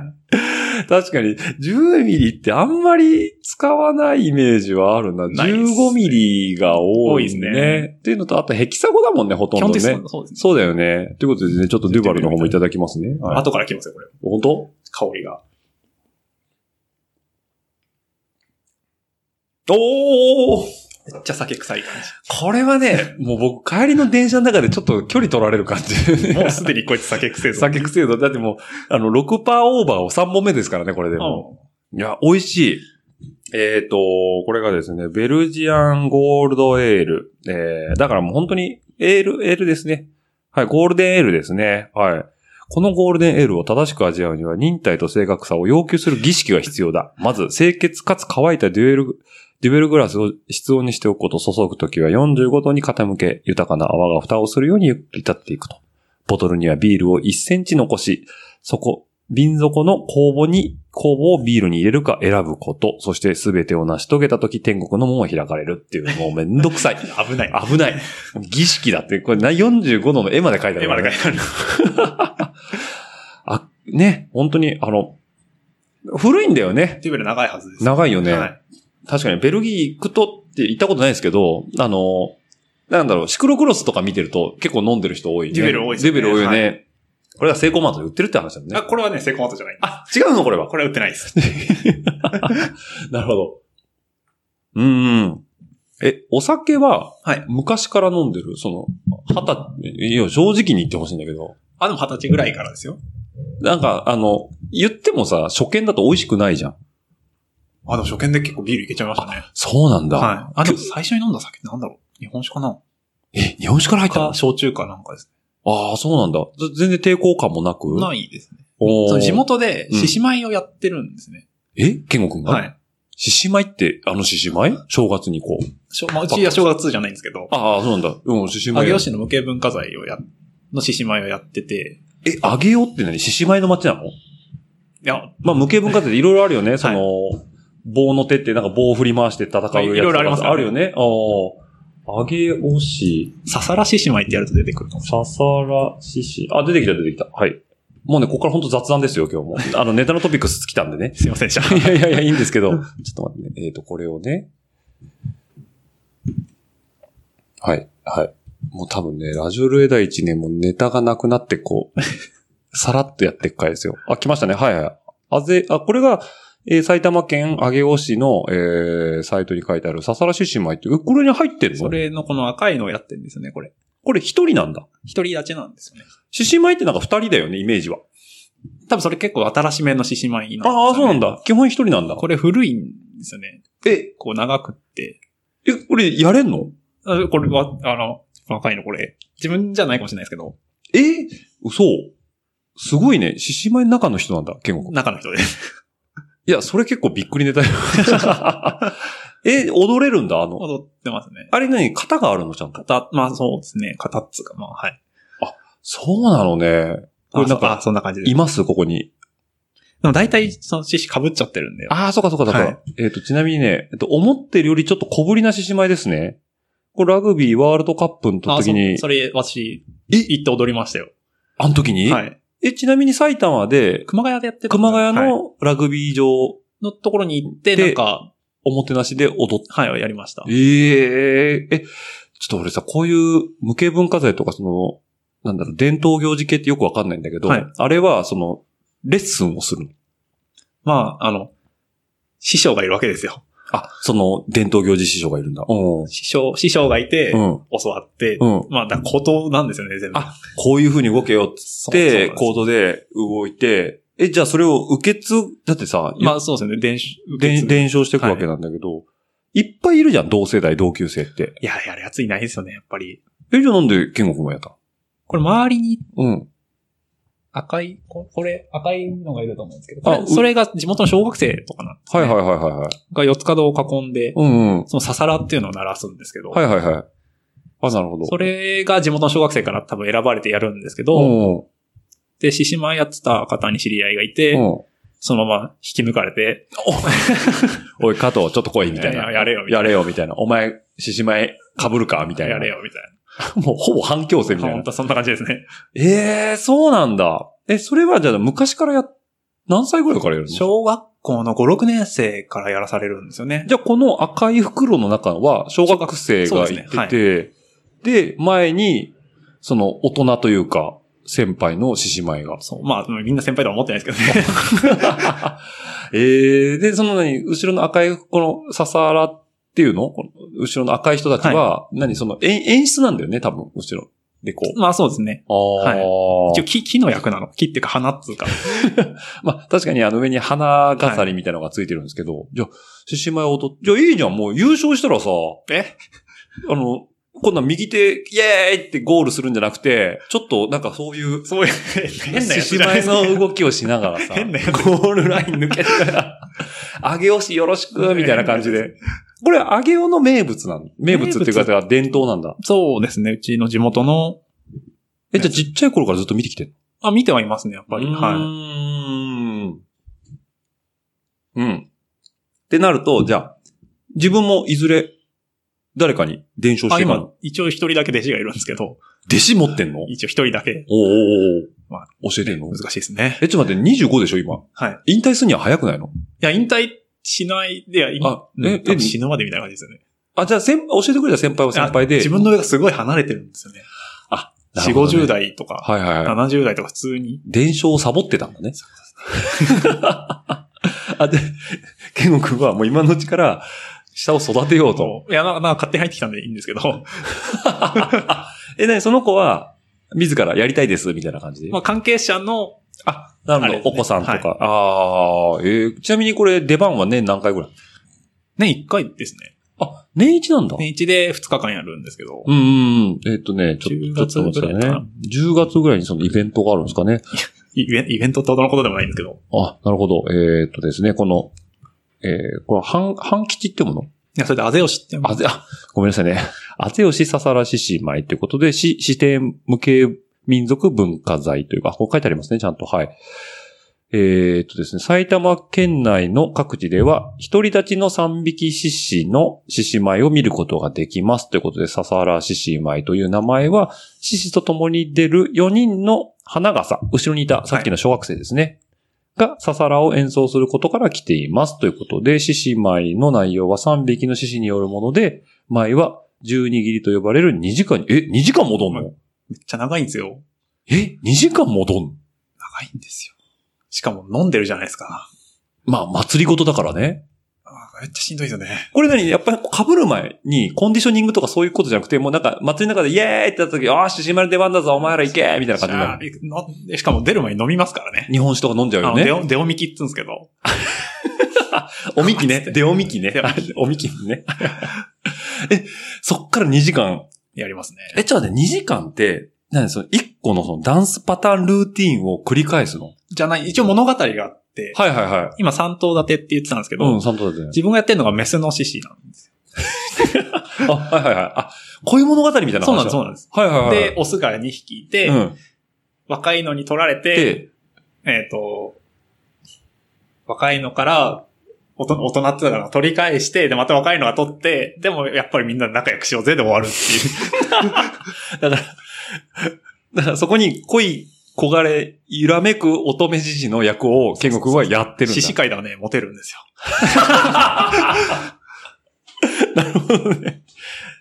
S1: 確かに、10ミリってあんまり使わないイメージはあるな。
S2: ないですね
S1: 15ミリが多い
S2: 多いですね
S1: っていうのと、あとヘキサゴだもんね、ほとん
S2: 基
S1: ど
S2: 本的に
S1: ね
S2: そ。うそうですね。
S1: そうだよね。ということでね、ちょっとデュバルの方もいただきますね。はい
S2: 後から来ますよ、これ。
S1: 本当
S2: 香りが。
S1: おー
S2: めっちゃ酒臭い感
S1: これはね、もう僕帰りの電車の中でちょっと距離取られる感じ。
S2: じ。もうすでにこいつ酒臭いぞ。
S1: 酒癖度。だってもう、あの、6%オーバーを3本目ですからね、これでもう。いや、美味しい。えっ、と、これがですね、ベルジアンゴールドエール。えー、だからもう本当に、エール、エールですね。はい、ゴールデンエールですね。はい。このゴールデンエールを正しく味わうには、忍耐と正確さを要求する儀式が必要だ。まず、清潔かつ乾いたデュエル、デュエルグラスを室温にしておくこと、注ぐときは45度に傾け、豊かな泡が蓋をするようにゆっくり立っていくと。ボトルにはビールを1センチ残し、そこ、瓶底の酵母に、酵母をビールに入れるか選ぶこと、そして全てを成し遂げたとき天国の門は開かれるっていう、もうめんどくさい。
S2: 危ない。
S1: 危ない。儀式だって、これな45度の絵まで書いてある
S2: 今
S1: か
S2: だ
S1: ら
S2: か
S1: ね、
S2: らやる。
S1: あ、ね、本当に、あの、古いんだよね。
S2: デュエル長いはずです。
S1: 長いよね。
S2: はい。
S1: 確かに、ベルギー行くとって行ったことないですけど、あの、なんだろう、シクロクロスとか見てると結構飲んでる人多いね。
S2: デュエル多いです
S1: デ
S2: ね
S1: ュエル多いよね。
S2: は
S1: これがセイコーマートで売ってるって話だもんね
S2: あ、。これはね、セコマートじゃない。
S1: あ、違うのこれは。
S2: これは売ってないです。
S1: なるほど。うーん。え、お酒は
S2: はい、
S1: 昔から飲んでる、その、二十、いや、正直に言ってほしいんだけど、
S2: あ、でも二十歳ぐらいからですよ。
S1: なんか、あの、言ってもさ、初見だと美味しくないじゃん。
S2: あ、でも初見で結構ビールいけちゃいましたね。
S1: そうなんだ。
S2: はい。あ、でも最初に飲んだ酒ってなんだろう日本酒かな
S1: え、日本酒から入ったの
S2: か、焼酎かなんかです
S1: ああ、そうなんだ。ず全然抵抗感もなく。
S2: ね。ないですね。
S1: おー
S2: その地元で
S1: うん
S2: 獅子舞をやってるんですね。
S1: えケンゴくんが
S2: はい。
S1: 獅子舞って、あの獅子舞正月にこう。
S2: しょまあ、うちは正月じゃないんですけど、
S1: ああ、そうなんだ。うん、獅子舞。
S2: 上尾市の無形文化財をや、の獅子舞をやってて、
S1: え、あげよって何獅子舞の町なの
S2: いや、
S1: まあ、無形文化財っていろいろあるよね。その、棒の手ってなんか棒を振り回して戦うやつとか
S2: はいいろいろありますからね
S1: あるよね。ああ。あげおし、
S2: ささら獅子舞ってやると出てくるかもし
S1: ささらしし。あ、出てきた出てきた。はい。もうね、ここから本当雑談ですよ、今日も。あの、ネタのトピックス来たんでね。
S2: れない。すい ませんでした。
S1: いやいやいや、いいんです けど。ちょっと待ってね。えっ、と、これをね。はい、はい。もう多分ね、ラジオルエダ1年もネタがなくなって、こ う、さらっとやっていく回ですよ。あ、来ましたね。はいはい。あぜ、あ、これが、えー埼玉県上尾市の、えーサイトに書いてある、ささらししまいって、えこれに入ってる
S2: そ
S1: の
S2: れのこの赤いのをやってるんですよね、これ。
S1: これ一人なんだ。
S2: 一人立ちなんですよね。
S1: ししまいってなんか二人だよね、イメージは。
S2: 多分それ結構新しめの獅子舞なんですよ、ね。
S1: ああ、そうなん。だ。基本一人なんだ。
S2: これ古いんですよね。
S1: え、
S2: こう長くって。
S1: え、これやれんの
S2: あこれは、あの、若いのこれ。自分じゃないかもしれないですけど、
S1: え嘘すごいね。獅子舞の中の人なんだ、ケンゴ君。
S2: 中の 人です。
S1: いや、それ結構びっくりネタよ。 え、踊れるんだ、あの。
S2: 踊ってますね。
S1: あれ何型があるのちゃんと。
S2: た、まあそうですね。型っつうか、まあはい。
S1: そうなのね。これなんか
S2: あ、そんな感じです。
S1: いますここに。
S2: でも大体その獅子被っちゃってるんだよ。
S1: ああ、そうかそうかそうか。
S2: はい
S1: えっ、と、ちなみにね、えっと、思ってるよりちょっと小ぶりな獅子舞ですね。これラグビーワールドカップの
S2: あ
S1: 時に
S2: そ、それ、私、
S1: え
S2: 行って踊りましたよ。
S1: あの時に、
S2: はい。
S1: え、ちなみに埼玉で、
S2: 熊谷でやってたんですよ
S1: 熊谷
S2: はい
S1: のラグビー場、
S2: のところに行って、
S1: で
S2: なんか、
S1: おもてなしで踊っ
S2: はい、やりました。
S1: えええ、ちょっと俺さ、こういう無形文化財とかその、なんだろう、伝統行事系ってよくわかんないんだけど、
S2: はい
S1: あれは、その、レッスンをするの。
S2: まあ、あの、師匠がいるわけですよ。
S1: あ、その、伝統行事師匠がいるんだ。うん。
S2: 師匠、師匠がいて、
S1: うん。
S2: 教わって、
S1: うん。
S2: まあ、だ古刀なんですよね、全部。
S1: あこういう風に動けよっつっ
S2: そうそうなん
S1: て、
S2: です
S1: コードで動いて、え、じゃあそれを受け継ぐ、だってさ、
S2: まあ、そうですよね、伝承。受け
S1: で
S2: 継ぐ
S1: 伝承していくわけなんだけど、い、っぱいいるじゃん、同世代、同級生って。
S2: いや、やるやついないですよね、やっぱり。
S1: え、じゃあなんで、健吾君もやった
S2: これ、周りに
S1: うん。
S2: 赤い、ここれ、赤いのがいると思うんですけど、こ
S1: あ
S2: れそれが地元の小学生とかなんです、
S1: は
S2: ね。
S1: いはいはいはいはい。
S2: が四つ角を囲んで、
S1: うんうん。
S2: そのささらっていうのを鳴らすんですけど、
S1: はいはいはい。あ、なるほど。
S2: それが地元の小学生から多分選ばれてやるんですけど、
S1: うん
S2: で、獅子舞やってた方に知り合いがいて、
S1: うん。
S2: そのまま引き抜かれて、
S1: おい、加藤、ちょっと来い、みたい
S2: いや
S1: な。
S2: やれよみた
S1: やれよ、みたいな。お前、獅子舞、被るか、みたいな。
S2: やれよ、みた い
S1: もう、ほぼ反強制み
S2: な。
S1: たい
S2: 本
S1: な。
S2: 当そんな感じですね。
S1: ええそうなんだ。え、それは、じゃあ、昔からや、何歳ぐらいからやるのじゃ
S2: 小学校の5、6年生からやらされるんですよね。
S1: あ、この赤い袋の中は、小学生
S2: そう
S1: が
S2: です
S1: い
S2: ね
S1: てて、で、前に、その、大人というか、先輩の獅子舞が。
S2: そう。まあ、みんな先輩とは思ってないですけどね。
S1: ええで、その何、後ろの赤い、この、ささらっっていうのこの後ろの赤い人たちは、何その演演出なんだよね、多分、後ろ。で、こう。
S2: まあそうですね。
S1: ああ、
S2: 一応木、木の役なの。木っていうか花っつうか。
S1: まあ、確かにあの上に花飾りみたいなのがついてるんですけど、じゃあ、獅子舞を踊って、じゃあいいじゃん、もう優勝したらさ、
S2: え
S1: あの、こんなん右手、イエーイってゴールするんじゃなくて、ちょっとなんかそういう、
S2: そういう、 変な
S1: 獅
S2: やつ
S1: 子
S2: じゃないですか
S1: 舞の動きをしながらさ、
S2: 変なやつ
S1: ゴールライン抜けたら、上げ押しよろし く、みたいな感じで。これ、上げ尾の名物なの名物っていう方が伝統なんだ。
S2: そうですね。うちの地元の、
S1: え、じゃあちっちゃい頃からずっと見てきてんの
S2: あ、見てはいますね、やっぱり。
S1: う
S2: は
S1: ーん。うん。ってなると、じゃあ、自分もいずれ、誰かに伝承
S2: い。
S1: し
S2: あ、
S1: てもらう。弟
S2: 今、一応一人だけ弟子がいるんですけど、
S1: 子持ってんのおー
S2: 一応一人だけ。
S1: おーおー
S2: まあ
S1: 教えてんの
S2: 難しいですね。
S1: え、ちょっと待って、25でしょ、今。
S2: はい。
S1: 引退するには早くないの
S2: いや、引退しないで、いや、今、
S1: あ、
S2: うん
S1: え、
S2: 多
S1: え
S2: 分、死ぬまでみたいな感じですよね。
S1: あ、じゃあ先、教えてくれた先輩は先輩で。
S2: いや自分の上がすごい離れてるんですよね。
S1: な
S2: 四
S1: るほ
S2: 五
S1: どね
S2: 十代とか、
S1: はいはいはい。
S2: 七十代とか普通に。
S1: 伝承をサボってたんだね。 あ、で、ケンゴ君はもう今のうちから、下を育てようと。
S2: いや、なんか勝手に入ってきたんでいいんですけど、
S1: え、なに、その子は、自らやりたいです、みたいな感じで。
S2: まあ関係者の、
S1: あ、な
S2: あ
S1: る
S2: れ
S1: ほど、
S2: ですね
S1: お子さんとか。ああ、えーちなみにこれ、出番は年何回ぐらい
S2: 年一回ですね。
S1: あ、年一なんだ。
S2: 年一で二日間やるんですけど、
S1: うんうんうん。えっとね、ちょ
S2: 10
S1: っと、ちょっと待ってく
S2: 月ぐらい
S1: ださ
S2: か
S1: い
S2: な
S1: ね。10月ぐらいにそのイベントがあるんですかね。
S2: イベイベントってほどのことでもないんですけど、
S1: あ、なるほど。えっとですね、この、えー、これは、半、半吉ってもの
S2: いや、それであぜを知ってま
S1: あぜ、あ、ごめんなさいね。あぜよしささらししまいということで、し、指定無形民族文化財というか、こう書いてありますね、ちゃんと。はい。えーっとですね、埼玉県内の各地では、独り立ちの三匹獅子の獅子舞を見ることができます。ということで、ささら獅子舞という名前は、獅子と共に出る4人の花笠、後ろにいたさっきの小学生ですね。が、ササラを演奏することから来ています。ということで、獅子舞の内容は3匹の獅子によるもので、舞は12切りと呼ばれる2時間に、え、2時間戻んの
S2: めっちゃ長いんですよ。
S1: え、2時間戻んの
S2: 長いんですよ。しかも飲んでるじゃないですか。
S1: まあ、祭り事だからね。
S2: あーめっちゃしんどいですよね。
S1: これ何やっぱり被る前に、コンディショニングとかそういうことじゃなくて、もうなんか、祭りの中でイエーイってやった時、ああ、獅子舞の出番だぞ、お前ら行けみたいな感じになる。
S2: じゃあのしかも出る前に飲みますからね。
S1: 日本酒とか飲んじゃう
S2: あ
S1: よ
S2: の、
S1: ね
S2: デ。オ、デオミキっつうんですけど。
S1: おみきね。 でおみきね。おみきね。 え、そっから2時間
S2: やりますね。
S1: え、ちょっと待って、2時間って、何その、1個のそのダンスパターンルーティンを繰り返すの
S2: じゃない、一応物語があって、
S1: はいはいはい。
S2: 今三頭立てって言ってたんですけど、
S1: うん、三頭だね。
S2: 自分がやってるのがメスの獅子なんです
S1: あ、はいはいはい。あ、恋物語みたいな話だ
S2: よ。そうなんです、そうなんです。
S1: はいはいはい。
S2: で、オスが2匹いて、
S1: うん。
S2: 若いのに取られて、
S1: で、
S2: えっ、と、若いのから、大人大人ってだから取り返して、で、また若いのが取って、でもやっぱりみんな仲良くしようぜで終わるって
S1: だからそこに恋、焦がれ、揺らめく乙女じじの役を、健吾くんはやって
S2: い
S1: るん
S2: う。獅
S1: だ。
S2: 子界ではね、モテるんですよ。
S1: なるほどね。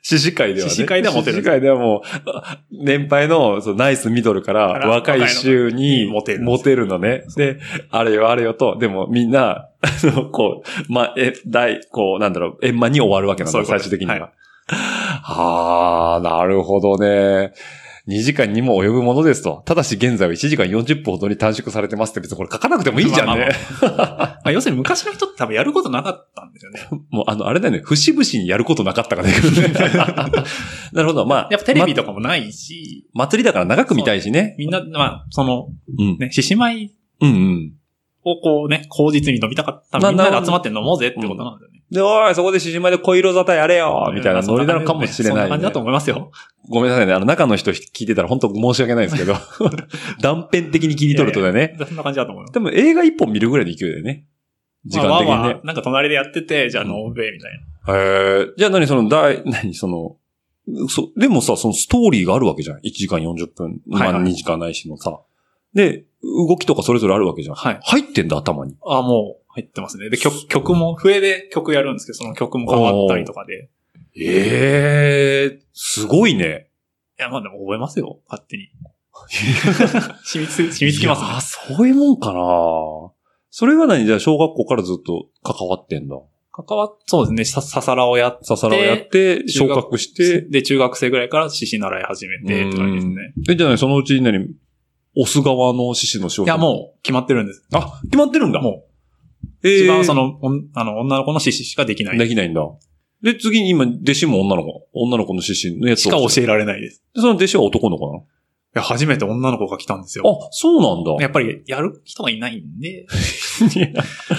S1: 獅子会ではね。
S2: 獅子会ではモテる
S1: 獅子会ではもう、あ年配のそのナイスミドルから
S2: から
S1: 若い衆に
S2: モテる
S1: モテるのね。で、あれよあれよと、でもみんな、 あのこう、ま、え、大、こう、なんだろう、円満に終わるわけなん
S2: そう
S1: だ、
S2: いうこ
S1: 最
S2: とです
S1: 終的には。はあ、なるほどね。2時間にも及ぶものですと。ただし現在は1時間40分ほどに短縮されてますって別にこれ書かなくてもいいじゃんね。
S2: まあまあまあ、要するに昔の人って多分やることなかったんですよね。
S1: もうあの、あれだよね。節々にやることなかった からね。 なるほど。まあ。
S2: やっぱテレビ
S1: ま
S2: とかもないし、
S1: 祭りだから長く見たいしね。
S2: みんな、まあ、その、
S1: うん。
S2: ね、獅子舞
S1: うんうん。
S2: をこうね、口実に飲みたかった。
S1: まあ
S2: みんな
S1: な
S2: で
S1: る
S2: 集まって飲もうぜってことなんですよね。
S1: で、おい、そこで獅子舞で小色沙汰やれよみたいなノリなのかもしれない、
S2: そんな感じだと思いますよ。
S1: ごめんなさいね。あの、中の人聞いてたら本当申し訳ないですけ ど。断片的に切り取るとだよね。
S2: そんな感じだと思います。
S1: でも映画一本見るぐらいの勢いだよね。時間的
S2: まあ
S1: に
S2: まあ
S1: ね
S2: ま。あなんか隣でやってて、じゃあ飲べ、みたいな。
S1: へえじゃあ何その、大、 何その、そ、でもさ、そのストーリーがあるわけじゃん。1時間40分、ま
S2: はい
S1: あ
S2: はい
S1: 2時間ないしのさ。で、動きとかそれぞれあるわけじゃん。
S2: はい
S1: 入ってんだ、頭に。
S2: あ、もう入ってますね。で、曲、曲も、笛で曲やるんですけど、その曲も変わったりとかで。
S1: ええすごいね。
S2: いや、まあでも覚えますよ、勝手に。 染みつ、染みつきますね。
S1: あ、そういうもんかなそれが何じゃあ小学校からずっと関わってんだ。
S2: 関わっ、そうですね、さ、ささらをやっ、
S1: ささらをやって、昇格してて、
S2: で、中学生ぐらいから獅子習い始めて、って感じですね。
S1: え、じゃない、そのうちに何、オス側の獅子の将
S2: いや、もう決まってるんです。
S1: う。あ、決まってるんだ。
S2: も
S1: え
S2: う、
S1: ー
S2: 一番その、おんあの、女の子の獅子しかできない。
S1: できないんだ。で、次に今、弟子も女の子。女の子の獅子のやつ
S2: しか教えられないです。い
S1: え。その弟子は男の子な
S2: や、初めて女の子が来たんですよ。
S1: のあ、そうなんだ。
S2: やっぱり、やる人がいない んで、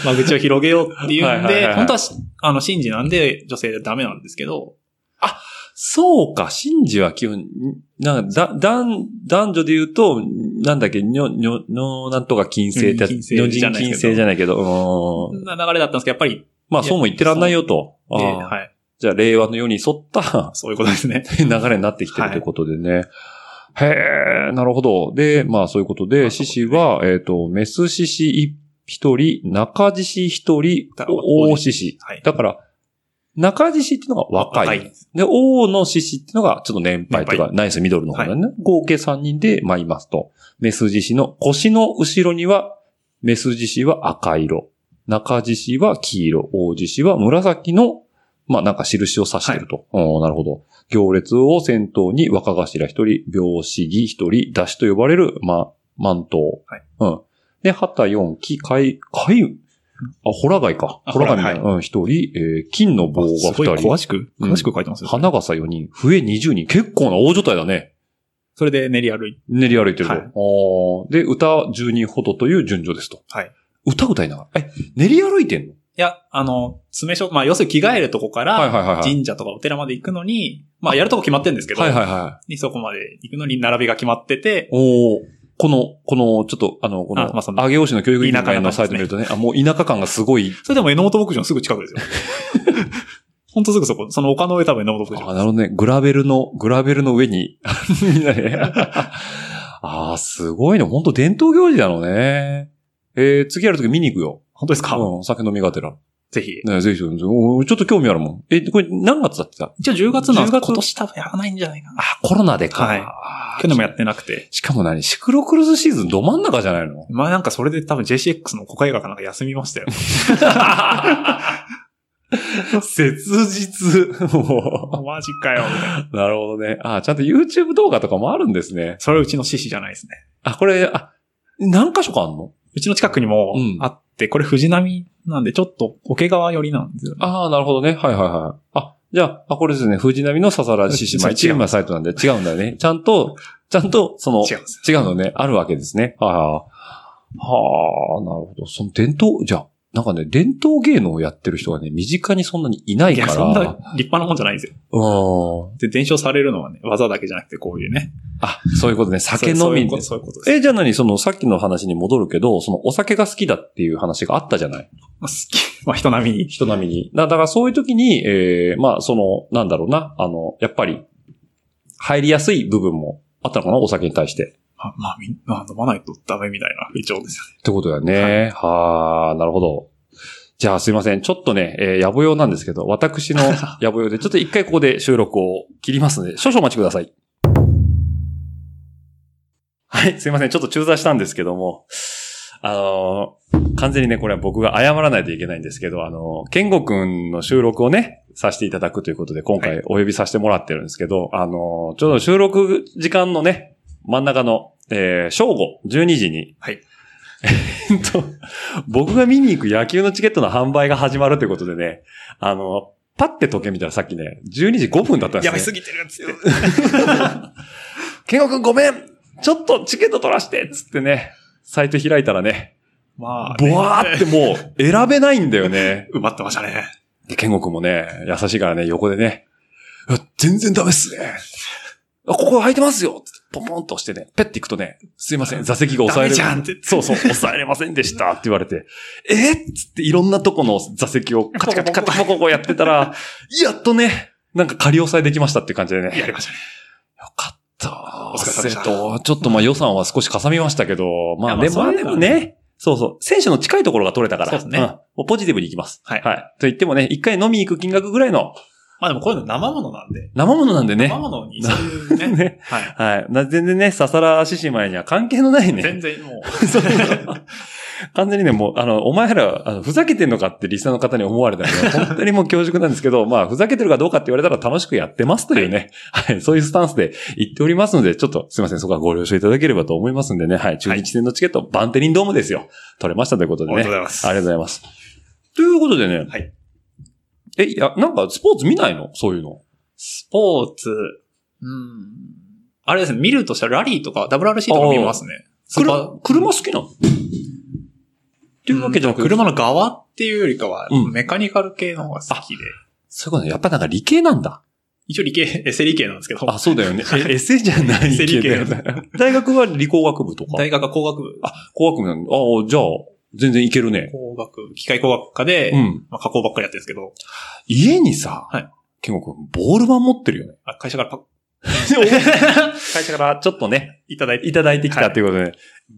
S2: 間口を広げようっていうんで、
S1: はいはいはいはい
S2: 本当はし、あの、信じなんで、女性でダメなんですけど、
S1: そうか、真珠は基本、なんか、だ、男、男女で言うと、なんだっけ、にょ、にょ、にょ、なんとか金星ってやつ、女
S2: 女人禁制じゃ
S1: 人
S2: ないですけど
S1: 金星じゃないけど、
S2: そ
S1: うん
S2: んな流れだったんですけど、やっぱり、
S1: まあ、そうも言ってらんないよと。
S2: で
S1: ああ
S2: はい。
S1: じゃあ、令和の世に沿った、
S2: そういうことですね。
S1: 流れになってきてるということでね。へえ、なるほど。で、まあそういうこと
S2: ま
S1: で、
S2: あそ
S1: 獅
S2: う
S1: 子は、えっ、と、メス獅子一人、中獅子一人
S2: だ、
S1: 大獅子。
S2: はい。
S1: だから、中獅子っていうのが若い。
S2: です。
S1: で、王の獅子っていうのが、ちょっと年配というか、ナイスミドルの方だね。合計3人で、まあ、いますと。メス獅子の腰の後ろには、メス獅子は赤色。中獅子は黄色。王獅子は紫の、まあ、なんか印を指してると。おーなるほど。行列を先頭に若頭一人、病死儀一人、出しと呼ばれる、まあ、満頭。
S2: はい
S1: うん。で、旗四騎、貝、貝、あ、ホラ貝か。
S2: あ
S1: ホラ貝みたいな
S2: ホ
S1: うん、一人、えー金の棒が
S2: す
S1: 二
S2: ごい
S1: 人。
S2: 詳しく、
S1: うん
S2: 詳しく書いてますよ。
S1: 花笠4人、笛20人、結構な大所帯だね。
S2: それで練り歩いて、
S1: 練り歩いてると。
S2: はい
S1: あーで、歌10人ほどという順序ですと。
S2: はい。
S1: 歌歌いながら。え、練り歩いてんの
S2: いや、あの、詰め所、まあ、要するに着替えるとこか
S1: はい
S2: ら、
S1: はいはいはい。
S2: 神社とかお寺まで行くのに、まあ、やるとこ決まってるんですけど、
S1: はいはいはい。
S2: でそこまで行くのに並びが決まってて、
S1: おーこの、この、ちょっと、あの、こ
S2: あまあそ
S1: の、
S2: の
S1: 上尾市の教育委員会の
S2: 田
S1: サ
S2: 舎
S1: イト見
S2: な感じですね
S1: るとね、あ、もう田舎感がすごい。
S2: それでも榎本牧場のすぐ近 くですよ。本当すぐそこ、その丘の上多分榎本牧
S1: あ、
S2: 場。
S1: なるほどね。グラベルの、グラベルの上に、 みんなで。ああ、すごいね。本当伝統行事なのね。えー、次やるとき見に行くよ。
S2: 本当ですか、
S1: うん、酒飲みがてら。
S2: ぜひ。
S1: ねぜひ、おちょっと興味あるもん。え、これ何月だってた
S2: 一応10月なんです
S1: 10月
S2: 今年多分やらないんじゃないかな。
S1: あ、コロナでか。
S2: はい
S1: あー
S2: 去年もやってなくて。
S1: しかも何シクロクロスシーズンど真ん中じゃない の
S2: まあなんかそれで多分 JCX の国会映画かなんか休み ましたよ。
S1: 切実。も
S2: マジかよ、みたいな。
S1: うなるほどね。あ、ちゃんと YouTube 動画とかもあるんですね。
S2: それはうちの獅子じゃないですね。
S1: あ、これ、あ、何箇所かあんの
S2: うちの近くにも
S1: うん
S2: あって、これ藤波なんでちょっと桶川寄りなんですよね。
S1: ああ、なるほどね。はいはいはい。あ、じゃあ、あこれですね。藤波のささら獅子。まあ、
S2: 違う
S1: 一今サイトなんで違うんだよね。ちゃんと、ちゃんと、その、
S2: 違うんです
S1: 違うのね。あるわけですね。はいはいはい。はあ、なるほど。その伝統、じゃあ、なんかね、伝統芸能をやってる人がね、身近にそんなにいない
S2: よ。い
S1: か
S2: や、
S1: ら。
S2: そんな立派なもんじゃないんですよ。
S1: うん。
S2: で、伝承されるのはね、技だけじゃなくてこういうね。
S1: あ、そういうこと ね。酒
S2: そ
S1: 飲
S2: ういう
S1: み
S2: こと
S1: で。
S2: そういうことです。
S1: え、じゃあ何その、さっきの話に戻るけど、その、お酒が好きだっていう話があったじゃない
S2: まあ、好き。 まあ、人並みに。
S1: 人並みに。だだからそういう時に、えー、まあ、その、なんだろうな、あの、やっぱり、入りやすい部分もあったのかな、お酒に対して。
S2: まあ、まあ、みんな飲まないとダメみたいな、一応ですよね。
S1: ってことだよね。はあ、なるほど。じゃあすいません。ちょっとね、えー、野暮用なんですけど、私の野暮用で、ちょっと一回ここで収録を切りますので、少々お待ちください。はい、すいません。ちょっと中座したんですけども、あのー完全にね、これは僕が謝らないといけないんですけど、あのー、ケンゴくんの収録をね、させていただくということで、今回お呼びさせてもらってるんですけど、あのーちょうど収録時間のね、真ん中の、えー正午12時に、
S2: はい。
S1: えっと、僕が見に行く野球のチケットの販売が始まるということでね、あの、パッて時計見たらさっきね、12時5分だったんですよ、
S2: や
S1: ね。
S2: ばすぎてるっつって。
S1: ケンゴくんごめんちょっとチケット取らしてっつってね、サイト開いたらね、
S2: まあ、
S1: ボワーってもう選べないんだよね。
S2: 埋まってましたね。
S1: で、ケンゴくんもね、優しいからね、横でね、うわ全然ダメっすね。あここ空いてますよつってポンポンと押してね、ペッて行くとね、すいません、座席が
S2: ダ
S1: 押さえ
S2: メ
S1: る。
S2: じゃんって。
S1: そうそう、抑えれませんでしたって言われて、えっつっていろんなとこの座席をカチカチカチコココやってたら、やっとね、なんか仮押さえできましたっていう感じでね。
S2: やり
S1: よ
S2: ましたね。
S1: かった。
S2: お疲れ様でした
S1: えっとちょっとまあ予算は少しかさみましたけど、まあ
S2: いやまあ
S1: でも
S2: そういう
S1: で
S2: の
S1: も
S2: は
S1: ね、そうそう、選手の近いところが取れたから、
S2: そうですね
S1: んもうポジティブに行きます。
S2: はい
S1: はい。と言ってもね、一回飲み行く金額ぐらいの
S2: まあでもこういうの生ものなんで。
S1: 生物なんでね
S2: 生。ものにそういうね。
S1: ね
S2: はい。
S1: はい。な全然ね、ささら獅子舞には関係のないね。
S2: 全然もう、
S1: そう完全にね、もう、あの、お前ら、あの、ふざけてんのかってリスナーの方に思われたの で、本当にもう恐縮なんですけど、まあ、ふざけてるかどうかって言われたら楽しくやってますというね、はい、そういうスタンスで言っておりますので、ちょっとすいません、そこはご了承いただければと思いますんでね、はい、中日戦のチケット、バンテリンドームですよ。取れましたということで
S2: おめ
S1: ね。あり
S2: でとう
S1: が
S2: ございます。
S1: とうございます。ということでね、
S2: はい。
S1: え、いや、なんかスポーツ見ないのそういうの。
S2: スポーツ、うん。あれですね、見るとしたらラリーとか WRC とか見ますね。スーパ
S1: 車
S2: ー、
S1: 車好きなのっていうわけじゃなくて、
S2: 車の側っていうよりかは
S1: う、ん
S2: メカニカル系の方が好きで。
S1: そういうことね、やっぱなんか理系なんだ。
S2: 一応理系、 エセ理系なんですけど。
S1: あ、そうだよね。 え、エセじゃない
S2: エセ理系
S1: けど 大学は理工学部とか。
S2: 大学は工学部。
S1: 工学部なんだ。ああ、じゃあ、全然いけるね。
S2: 工学部、機械工学科で、
S1: うん。
S2: まあ、加工ばっかりやってるんですけど、
S1: 家にさ、
S2: はい。
S1: ケンゴ君、ボール板持ってるよね。
S2: あ会社からパ
S1: 会社からちょっとね、
S2: いただいて、
S1: いただいてきたっていうことで、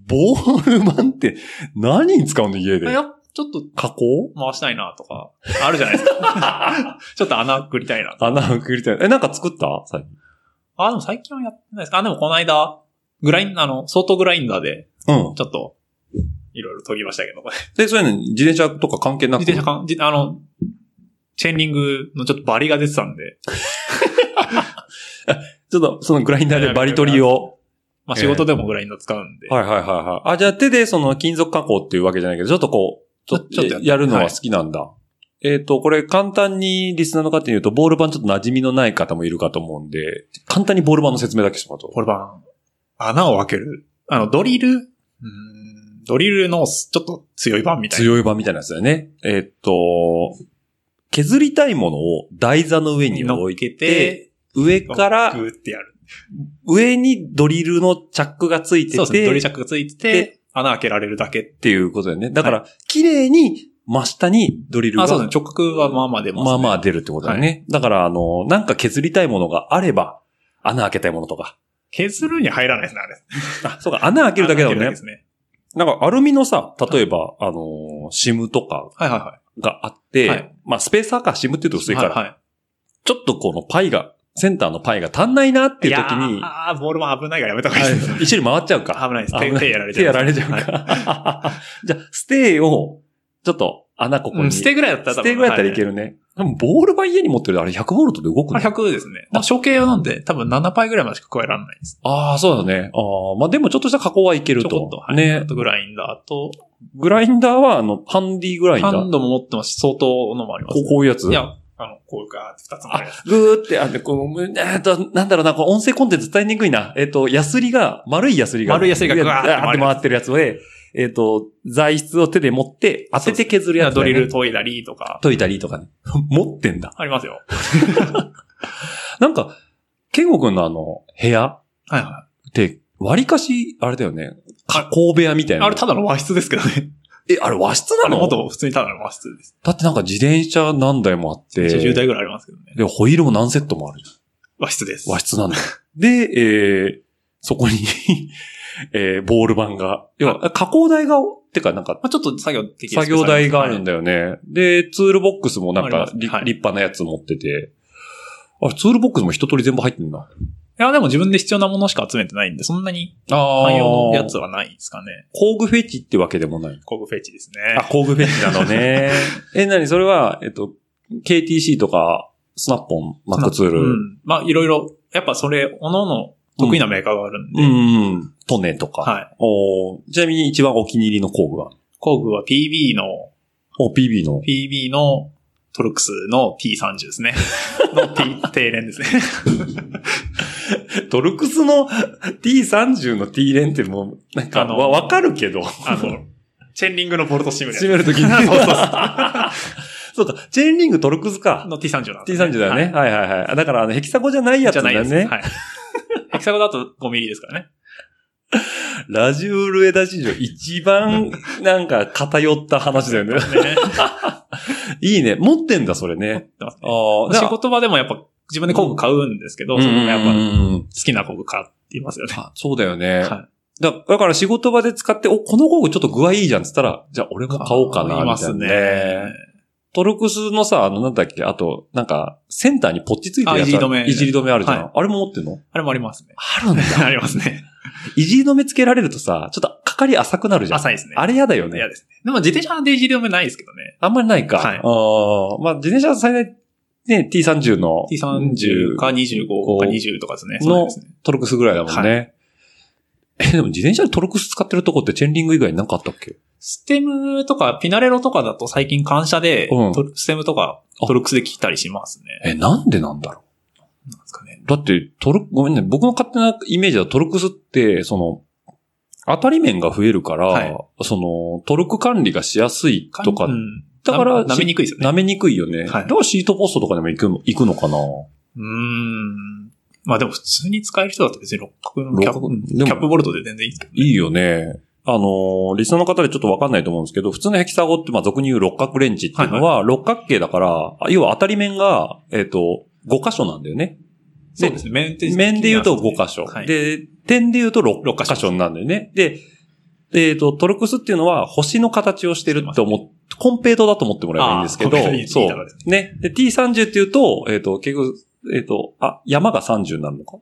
S1: ボール板って何に使うの家で
S2: い。やちょっと
S1: 加工
S2: 回したいなとか、あるじゃないですか。 ちょっと穴くりたいな。
S1: 穴をくりたい。え、なんか作った最近
S2: あ、でも最近はやってないですか。あ、でもこの間、グライン、あの、相当グラインダーで、
S1: うん。
S2: ちょっと、いろいろ研ぎましたけど、自
S1: で、そういうの自転車とか関係なく
S2: 転車かん、じあの、チェーンリングのちょっとバリが出てたんで、
S1: ちょっと、そのグラインダーでバリ取りを。
S2: まあ仕事でもグラインダー使うんで、
S1: はいはいはいはい。あ、じゃあ手でその金属加工っていうわけじゃないけど、ちょっとこう、ちょ
S2: ちょっとや
S1: や
S2: っ
S1: るのは好きなんだ。えっ、と、これ簡単にリスナーの方に言うと、ボール板ちょっと馴染みのない方もいるかと思うんで、簡単にボール板の説明だけしてもらうと。
S2: これは、穴を開ける。あの、ドリル、うーんドリルのちょっと強い版みたいな。
S1: 強い板みたいなやつだよね。えっ、と、削りたいものを台座の上に置いて、上から
S2: グ、ーってやる。
S1: 上にドリルのチャックがついてて、
S2: そうですね。ドリルチャックがついて
S1: で
S2: て、穴開けられるだけ。
S1: っていうことだよね。だから、綺麗に真下にドリルが
S2: あ、そうですね。直角はまあまあ出ます、ね。
S1: まあまあ出るってことだよね。だから、あの、なんか削りたいものがあれば、穴開けたいものとか。
S2: 削るに入らないですね、あれ。
S1: あ、そうか、穴開けるだけだもんね
S2: 穴開け。るだけですね。
S1: なんかアルミのさ、例えば、あの、シムとか
S2: はいはいは
S1: があって、
S2: はい
S1: まあスペーサーかシムって言うと薄
S2: い。
S1: いから、
S2: はいは
S1: ちょっとこのパイが、センターのパイが足んないなっていう時に、は
S2: ああ、ボールも危ないからやめた方がいいです。
S1: い 一緒に回っちゃうか。
S2: 危ないです。
S1: 危
S2: 手
S1: ない
S2: 手やられちゃう。
S1: 手やられちゃうか。 じゃあ、ステーを、ちょっと穴ここ
S2: う
S1: に。
S2: ん、捨てぐらいだったら
S1: ステーぐらいだったらいけ
S2: る。
S1: るね。でもボール板家に持ってるとあれ100ボルトで動く
S2: は
S1: の
S2: いあ100ですね。まあ、処刑用なんで、多分7倍ぐらいまでしか加えられないです。
S1: ああ、そうだね。ああ、まあでもちょっとした加工はいける
S2: ち
S1: と。
S2: ょこっと。はいあ
S1: ね。
S2: とグラインダーと、
S1: グラインダーは、あの、ハンディグラインダ
S2: ハ
S1: ー。
S2: ンドも持ってますし、相当のもありま
S1: こ
S2: す、
S1: うこういうやつ
S2: いや、あの、こういうか、二つもあります。
S1: グーって、あの、こう、えーっと、なんだろうな、こう音声コンテンツ伝えにくいな。えっ、と、ヤスリが、丸いヤスリが。
S2: 丸いヤスリが
S1: ぐ
S2: ぐ
S1: わ
S2: わ
S1: ー
S2: ー
S1: っ
S2: ってて
S1: 回
S2: 回
S1: ってるやつで、えっ、と、材質を手で持って、当てて削るやつ、
S2: ドリル。研いだりとか、
S1: 解いたりとかね。 持ってんだ。
S2: ありますよ。
S1: なんか、ケンゴくんのあの、部屋
S2: はいは
S1: って、割かし、あれだよね。加工部屋みたい
S2: い。
S1: な。
S2: あれただの和室ですけどね。
S1: え、あれ和室
S2: あ
S1: なの
S2: れ元普通にただの和室です。
S1: だってなんか自転車何台もあって。
S2: 10台ぐらいありますけどね。
S1: で、ホイールも何セットもある。
S2: 和室です。
S1: 和室 なんだ。で、えー、そこに、 えー、ボール板が。要は、加工台が、てかなんか、
S2: まあ、ちょっと作業的
S1: 作業台があるん
S2: だ。
S1: だよね。で、ツールボックスもなん
S2: ありま
S1: か
S2: す、
S1: り
S2: はい
S1: 立派なやつ持ってて。あ、ツールボックスも一通り全部入ってんだ。
S2: いや、でも自分で必要なものしか集めてないんで、そんなに
S1: あ
S2: 汎用のやつはないですかね。
S1: 工具フェチってわけでもない。
S2: 工具フェチですね。
S1: あ、工具フェチなの ね。え、なにそれは、えっと、KTC とか、スナッポン、マックツール。
S2: う
S1: うん
S2: ん。まあ、いろいろ、やっぱそれ、おのの得意なメーカーがあるんで、
S1: うんうん。トネとか。
S2: はい。
S1: おーちなみに一番お気に入りの工具は
S2: 工具は PB の、
S1: お、PB の。
S2: PB のトルクスの P30 です ね。の T、低連ですね。
S1: トルクスの T30 の T レンってもう、なんか、
S2: あの
S1: わわかるけど。
S2: あ の、チェンリングのボルトシムのやつ
S1: 締めるときに。
S2: そうそう
S1: そうか、チェーンリングトルクスか。
S2: の T30 なんです、
S1: T30 だよね。。はいはいはい。だから、あの、ヘキサゴじゃない
S2: は
S1: や
S2: い、
S1: つ
S2: じゃ
S1: だ
S2: ない
S1: よ
S2: です
S1: ね。
S2: はい。ヘキサゴだと5ミリで すからね。
S1: ラジウルエダ史上一番、なんか、偏った話だよね。
S2: ね
S1: いいね。持ってんだ、それね。
S2: 持ってますね
S1: ああ、
S2: 仕事場でもやっぱ自分で工具買うんですけど、
S1: うん
S2: そ
S1: うんう
S2: こ
S1: んうん
S2: やっぱ好きな工具買ってますよね。
S1: あそうだよね。
S2: はい
S1: だだから仕事場で使って、お、この工具ちょっと具合いいじゃんって言ったら、じゃあ俺も買おうかな、
S2: い
S1: み
S2: ま
S1: たい
S2: す
S1: な
S2: ね
S1: ね。。トルクスのさ、あの、なんだっけ、あと、なんか、センターにポッチついてるやつある。
S2: あいじり止め
S1: いじり止めあるじゃん。
S2: は
S1: あれも持ってんの
S2: あれもありますね。
S1: あるん
S2: ありますね。
S1: いじり止めつけられるとさ、ちょっとかかり浅くなるじゃん。
S2: 浅いですね。
S1: あれ嫌だよね
S2: 嫌。ですね。でも自転車でいじり止めないですけどね。
S1: あんまりないか。
S2: はい
S1: あーまあ、自転車は最大、ね、T30 の。
S2: T30 か25か20とかですね。そうですね。
S1: トルクスぐらいだもんね。え、でも自転車でトルクス使ってるとこってチェンリング以外になんかあったっけ
S2: ステムとか、ピナレロとかだと最近感謝で、
S1: うん
S2: トルステムとか
S1: あ、
S2: トルクスで聞いたりしますね。
S1: え、なんでなんだろ
S2: なんですかね。
S1: うだって、トルク、ごめんね、僕の勝手なイメージはトルクスって、その、当たり面が増えるから、
S2: はい
S1: その、トルク管理がしやすいとか、
S2: うん
S1: だから
S2: な舐めにくいですよね。
S1: 舐めにくいよね。
S2: はい
S1: だからシートポストとかでも行くの行くのかな
S2: うーん。まあでも普通に使える人だと別に六角のキャッ
S1: 六角
S2: プ、うん
S1: でも
S2: キャップボルトで全然いいですけどね。
S1: いいよね。あのーリスナーの方でちょっとわかんないと思うんですけど、普通のヘキサゴって、まあ、俗に言う六角レンチっていうのは、六角形だから、あ要は当たり面が、えっ、と、5箇所なんだよね。
S2: そうですね。面で
S1: 面で言うと5箇所。
S2: はい
S1: で、点で言うと 6, 箇所なんだよね。で、えっ、と、トルクスっていうのは星の形をしてるって思って、コンペイトだと思ってもらえばいいんですけど
S2: あーコンペイトい、い
S1: そ
S2: いいから
S1: う
S2: です。
S1: ね。で、T30 っていうと、えっ、と、結局、えっ、と、あ、山が30になるのか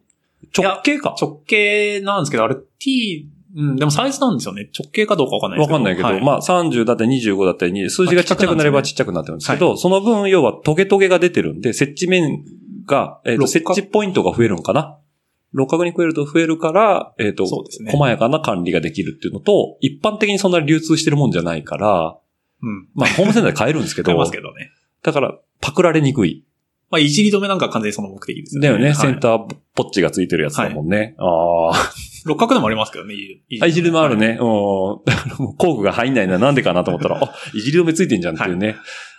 S1: 直径か。
S2: 直径なんですけど、あれ T、うん、でもサイズなんですよね。直径かどうかわかんないで
S1: わ
S2: すけど。
S1: かんないけど、
S2: はい
S1: まあ30だったり25だったりに、数字がちっちゃくなればちっちゃくなってるんですけど、その分要はトゲトゲが出てるんで、接地面が、えっ、と、
S2: 六
S1: 接
S2: 角
S1: 地ポイントが増えるんかな六角に増えると増えるから、えっ、と、
S2: そうですね。
S1: 細やかな管理ができるっていうのと、一般的にそんな流通してるもんじゃないから、
S2: うん。
S1: まあホームセンターで買えるんですけど、
S2: 買えますけどね。
S1: だからパクられにくい。
S2: まあ、いじり止めなんか完全にその目的ですよ
S1: だ
S2: ね。
S1: よね、
S2: はい
S1: センターポッチがついてるやつだもんね。ああ。
S2: 六角でもありますけどね、いじ
S1: あ、いじり止めある。ね。うん。 工具が入んないな、なんでかなと思 ったら、あ、いじり止めついてんじゃんっていうね。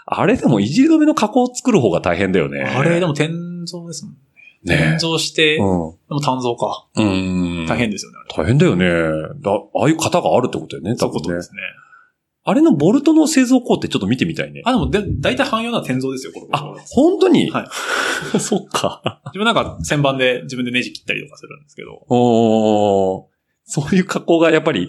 S1: あれでも、いじり止めの加工を作る方が大変だよね。
S2: あれ、でも天造ですもん。天
S1: ね
S2: 造して、
S1: え。
S2: で
S1: うん。う
S2: も単造か。
S1: ーん。
S2: 大。変ですよね、あれ。
S1: 大変だよね。だああいう型があるってことだよね、
S2: そう
S1: 多
S2: いうこと
S1: 分
S2: で
S1: ね。
S2: すね。
S1: あれのボルトの製造工程ちょっと見てみたいね。
S2: あ、でも、で、大体汎用な天造ですよ、これ。
S1: あ、本当に
S2: は
S1: そっか。
S2: 自分なんか、旋盤で自分でネジ切ったりとかするんですけど。
S1: おー。そういう加工がやっぱり、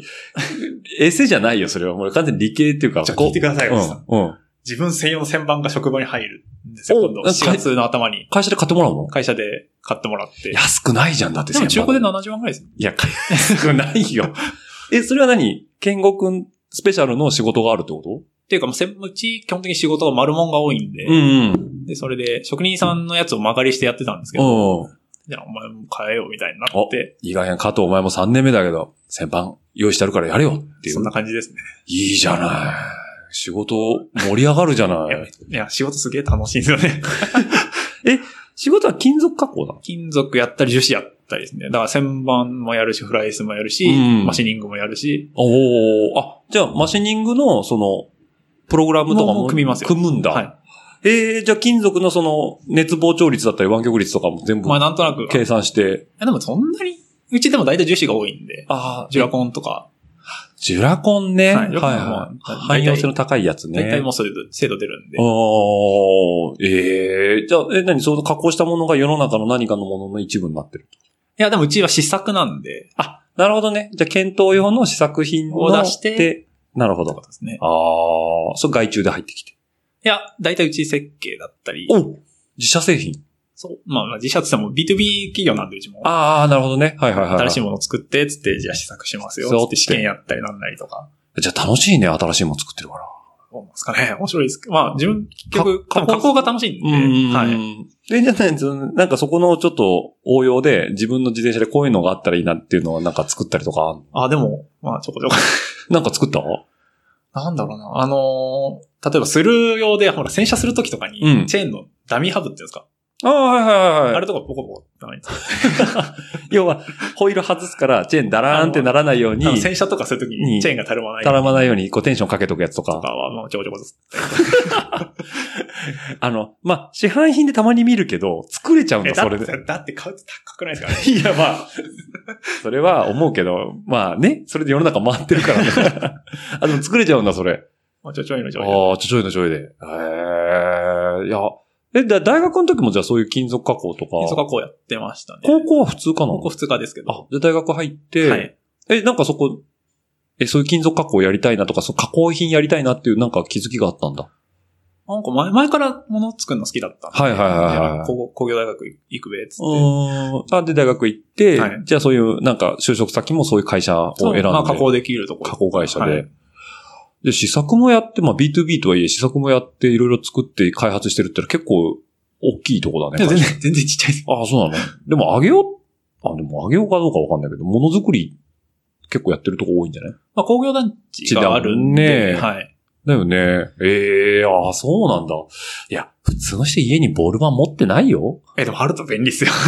S1: エセじゃないよ、それは。もう完全に理系っていうか、
S2: じゃあ聞いてくださいよ、おじさ
S1: こ
S2: ん
S1: ううん。うん。
S2: 自分専用の旋盤が職場に入るんですよ、
S1: お
S2: 今度。4月の頭に。
S1: 会社で買ってもらうの
S2: 会社で買ってもらって。
S1: 安くないじゃん、だって
S2: でも中古で
S1: な
S2: 70万くらいですよ。
S1: いや、 安くないよ。え、それは何健吾くんスペシャルの仕事があるってこと
S2: っていうか、もうせん、うち基本的に仕事が丸もんが多いんで、
S1: んうん。
S2: で、それで職人さんのやつを曲がりしてやってたんですけど、
S1: うん。
S2: じゃあお前も変えようみたいになって、
S1: 意外や加藤お前も3年目だけど、先般用意してあるからやれよってい
S2: そん
S1: う。
S2: な感じですね。
S1: いいじゃない。仕事盛り上がるじゃない
S2: や
S1: い。
S2: いや、仕事すげえ楽しいんですよね。
S1: 仕事は金属加工だ。
S2: 金属やったり樹脂やったりですね。だから旋盤もやるし、フライスもやるし、
S1: うん
S2: マシニングもやるし、
S1: おお。あ、じゃあマシニングのその、プログラムとか
S2: も
S1: も
S2: う組みますよ
S1: 組むんだ。
S2: はい。
S1: ええじゃあ金属のその、熱膨張率だったり湾曲率とかも全部
S2: まあなんとなく、
S1: 計算して。
S2: あでもそんなに、うちでも大体樹脂が多いんで、
S1: ああ、
S2: ジュラコンとか、
S1: ジュラコンね。
S2: は
S1: はいいは
S2: まあ
S1: い。汎用性の高いやつね。
S2: 大体もうそれで精度出るんで、
S1: おーええじゃあ、え、何その加工したものが世の中の何かのものの一部になってる。
S2: いや、でもうちは試作なんで、
S1: あ、なるほどね。じゃあ、検討用の試作品を
S2: を出
S1: 出
S2: し
S1: してて、なるほ
S2: と
S1: ど
S2: か。ですね。
S1: ああ、そう、外注で入ってきて。
S2: いや、大体うち設計だったり、
S1: お自社製品。
S2: そう。まあまあ、自社って言っても B2B 企業なんで、うちも。
S1: ああ、なるほどね。はいはいはい。
S2: 新しいもの作って、つって、じゃあ試作しますよ。
S1: そう
S2: つって試験やったりなんなりとか。
S1: じゃあ、楽しいね。新しいもの作ってるから。
S2: どうなんですかね。面白いですけど。まあ、自分、結局、
S1: か
S2: 加工加工が楽しいんで。はい。
S1: い。で、じゃないそのなんかそこのちょっと応用で、自分の自転車でこういうのがあったらいいなっていうのはなんか作ったりとかあんの、
S2: あ、でも、まあ、ちょこちょこ。
S1: なんか作った
S2: なんだろうな。あのー例えば、スルー用で、ほら、洗車するときとかに、
S1: うん
S2: チェーンのダミーハブっていうんですか。
S1: ああ、はいはいはい。
S2: あれとかポコポコダメに使う
S1: 要は、ホイール外すから、チェーンダラーンってならないように、
S2: あの洗車とかするとき
S1: に
S2: に、チェーンがたるまない
S1: た
S2: と
S1: らまないように、こうテンションかけとくやつとか。
S2: かは、まあ、ちょこちょこです。
S1: あの、まあ、市販品でたまに見るけど、作れちゃうん
S2: え、
S1: だ、
S2: だ
S1: そ
S2: っ
S1: れで。
S2: て、だって買うって高くないですか ね。
S1: いや、まあ、それは思うけど、まあね、それで世の中回ってるからね。 あ、でも作れちゃうんだ、それ。
S2: まあ、ちょちょいのち
S1: あ
S2: ょ
S1: あ
S2: いの。
S1: ー、ちょちょいのちょいで。へえ、いや。え、だ大学の時もじゃあそういう金属加工とか。
S2: そこはこうやってましたね。
S1: 高校は普通かな
S2: ここ2日ですけど。
S1: あ、じゃあ大学入って、
S2: はい。
S1: え、なんかそこ、え、そういう金属加工やりたいなとか、その加工品やりたいなっていうなんか気づきがあったんだ。
S2: なんか前、前から物作るの好きだったんで。
S1: はいはいはいはい
S2: 工工業大学行くべ、つって。
S1: うん。あ、で、大学行って、
S2: はい
S1: じゃあそういう、なんか、就職先もそういう会社を選んで。
S2: まあ、加工できるところ。
S1: 加工会社で。
S2: はい
S1: で、試作もやって、まあ B2B とはいえ、試作もやって、いろいろ作って開発してるってのは結構、大きいとこだ
S2: いや
S1: ね。
S2: 全
S1: 会社
S2: 然、全然ちっちゃいです。
S1: あ、そうなのでも、あげよう、あ、でも、あげようかどうかわかんないけど、ものづくり、結構やってるとこ多いんじゃない
S2: まあ、工業団地があるん
S1: 地
S2: で。
S1: だね
S2: はい。
S1: だよね。ええあ、そうなんだ。いや、普通の人家にボール板持ってないよ。
S2: え、でもあると便利ですよ。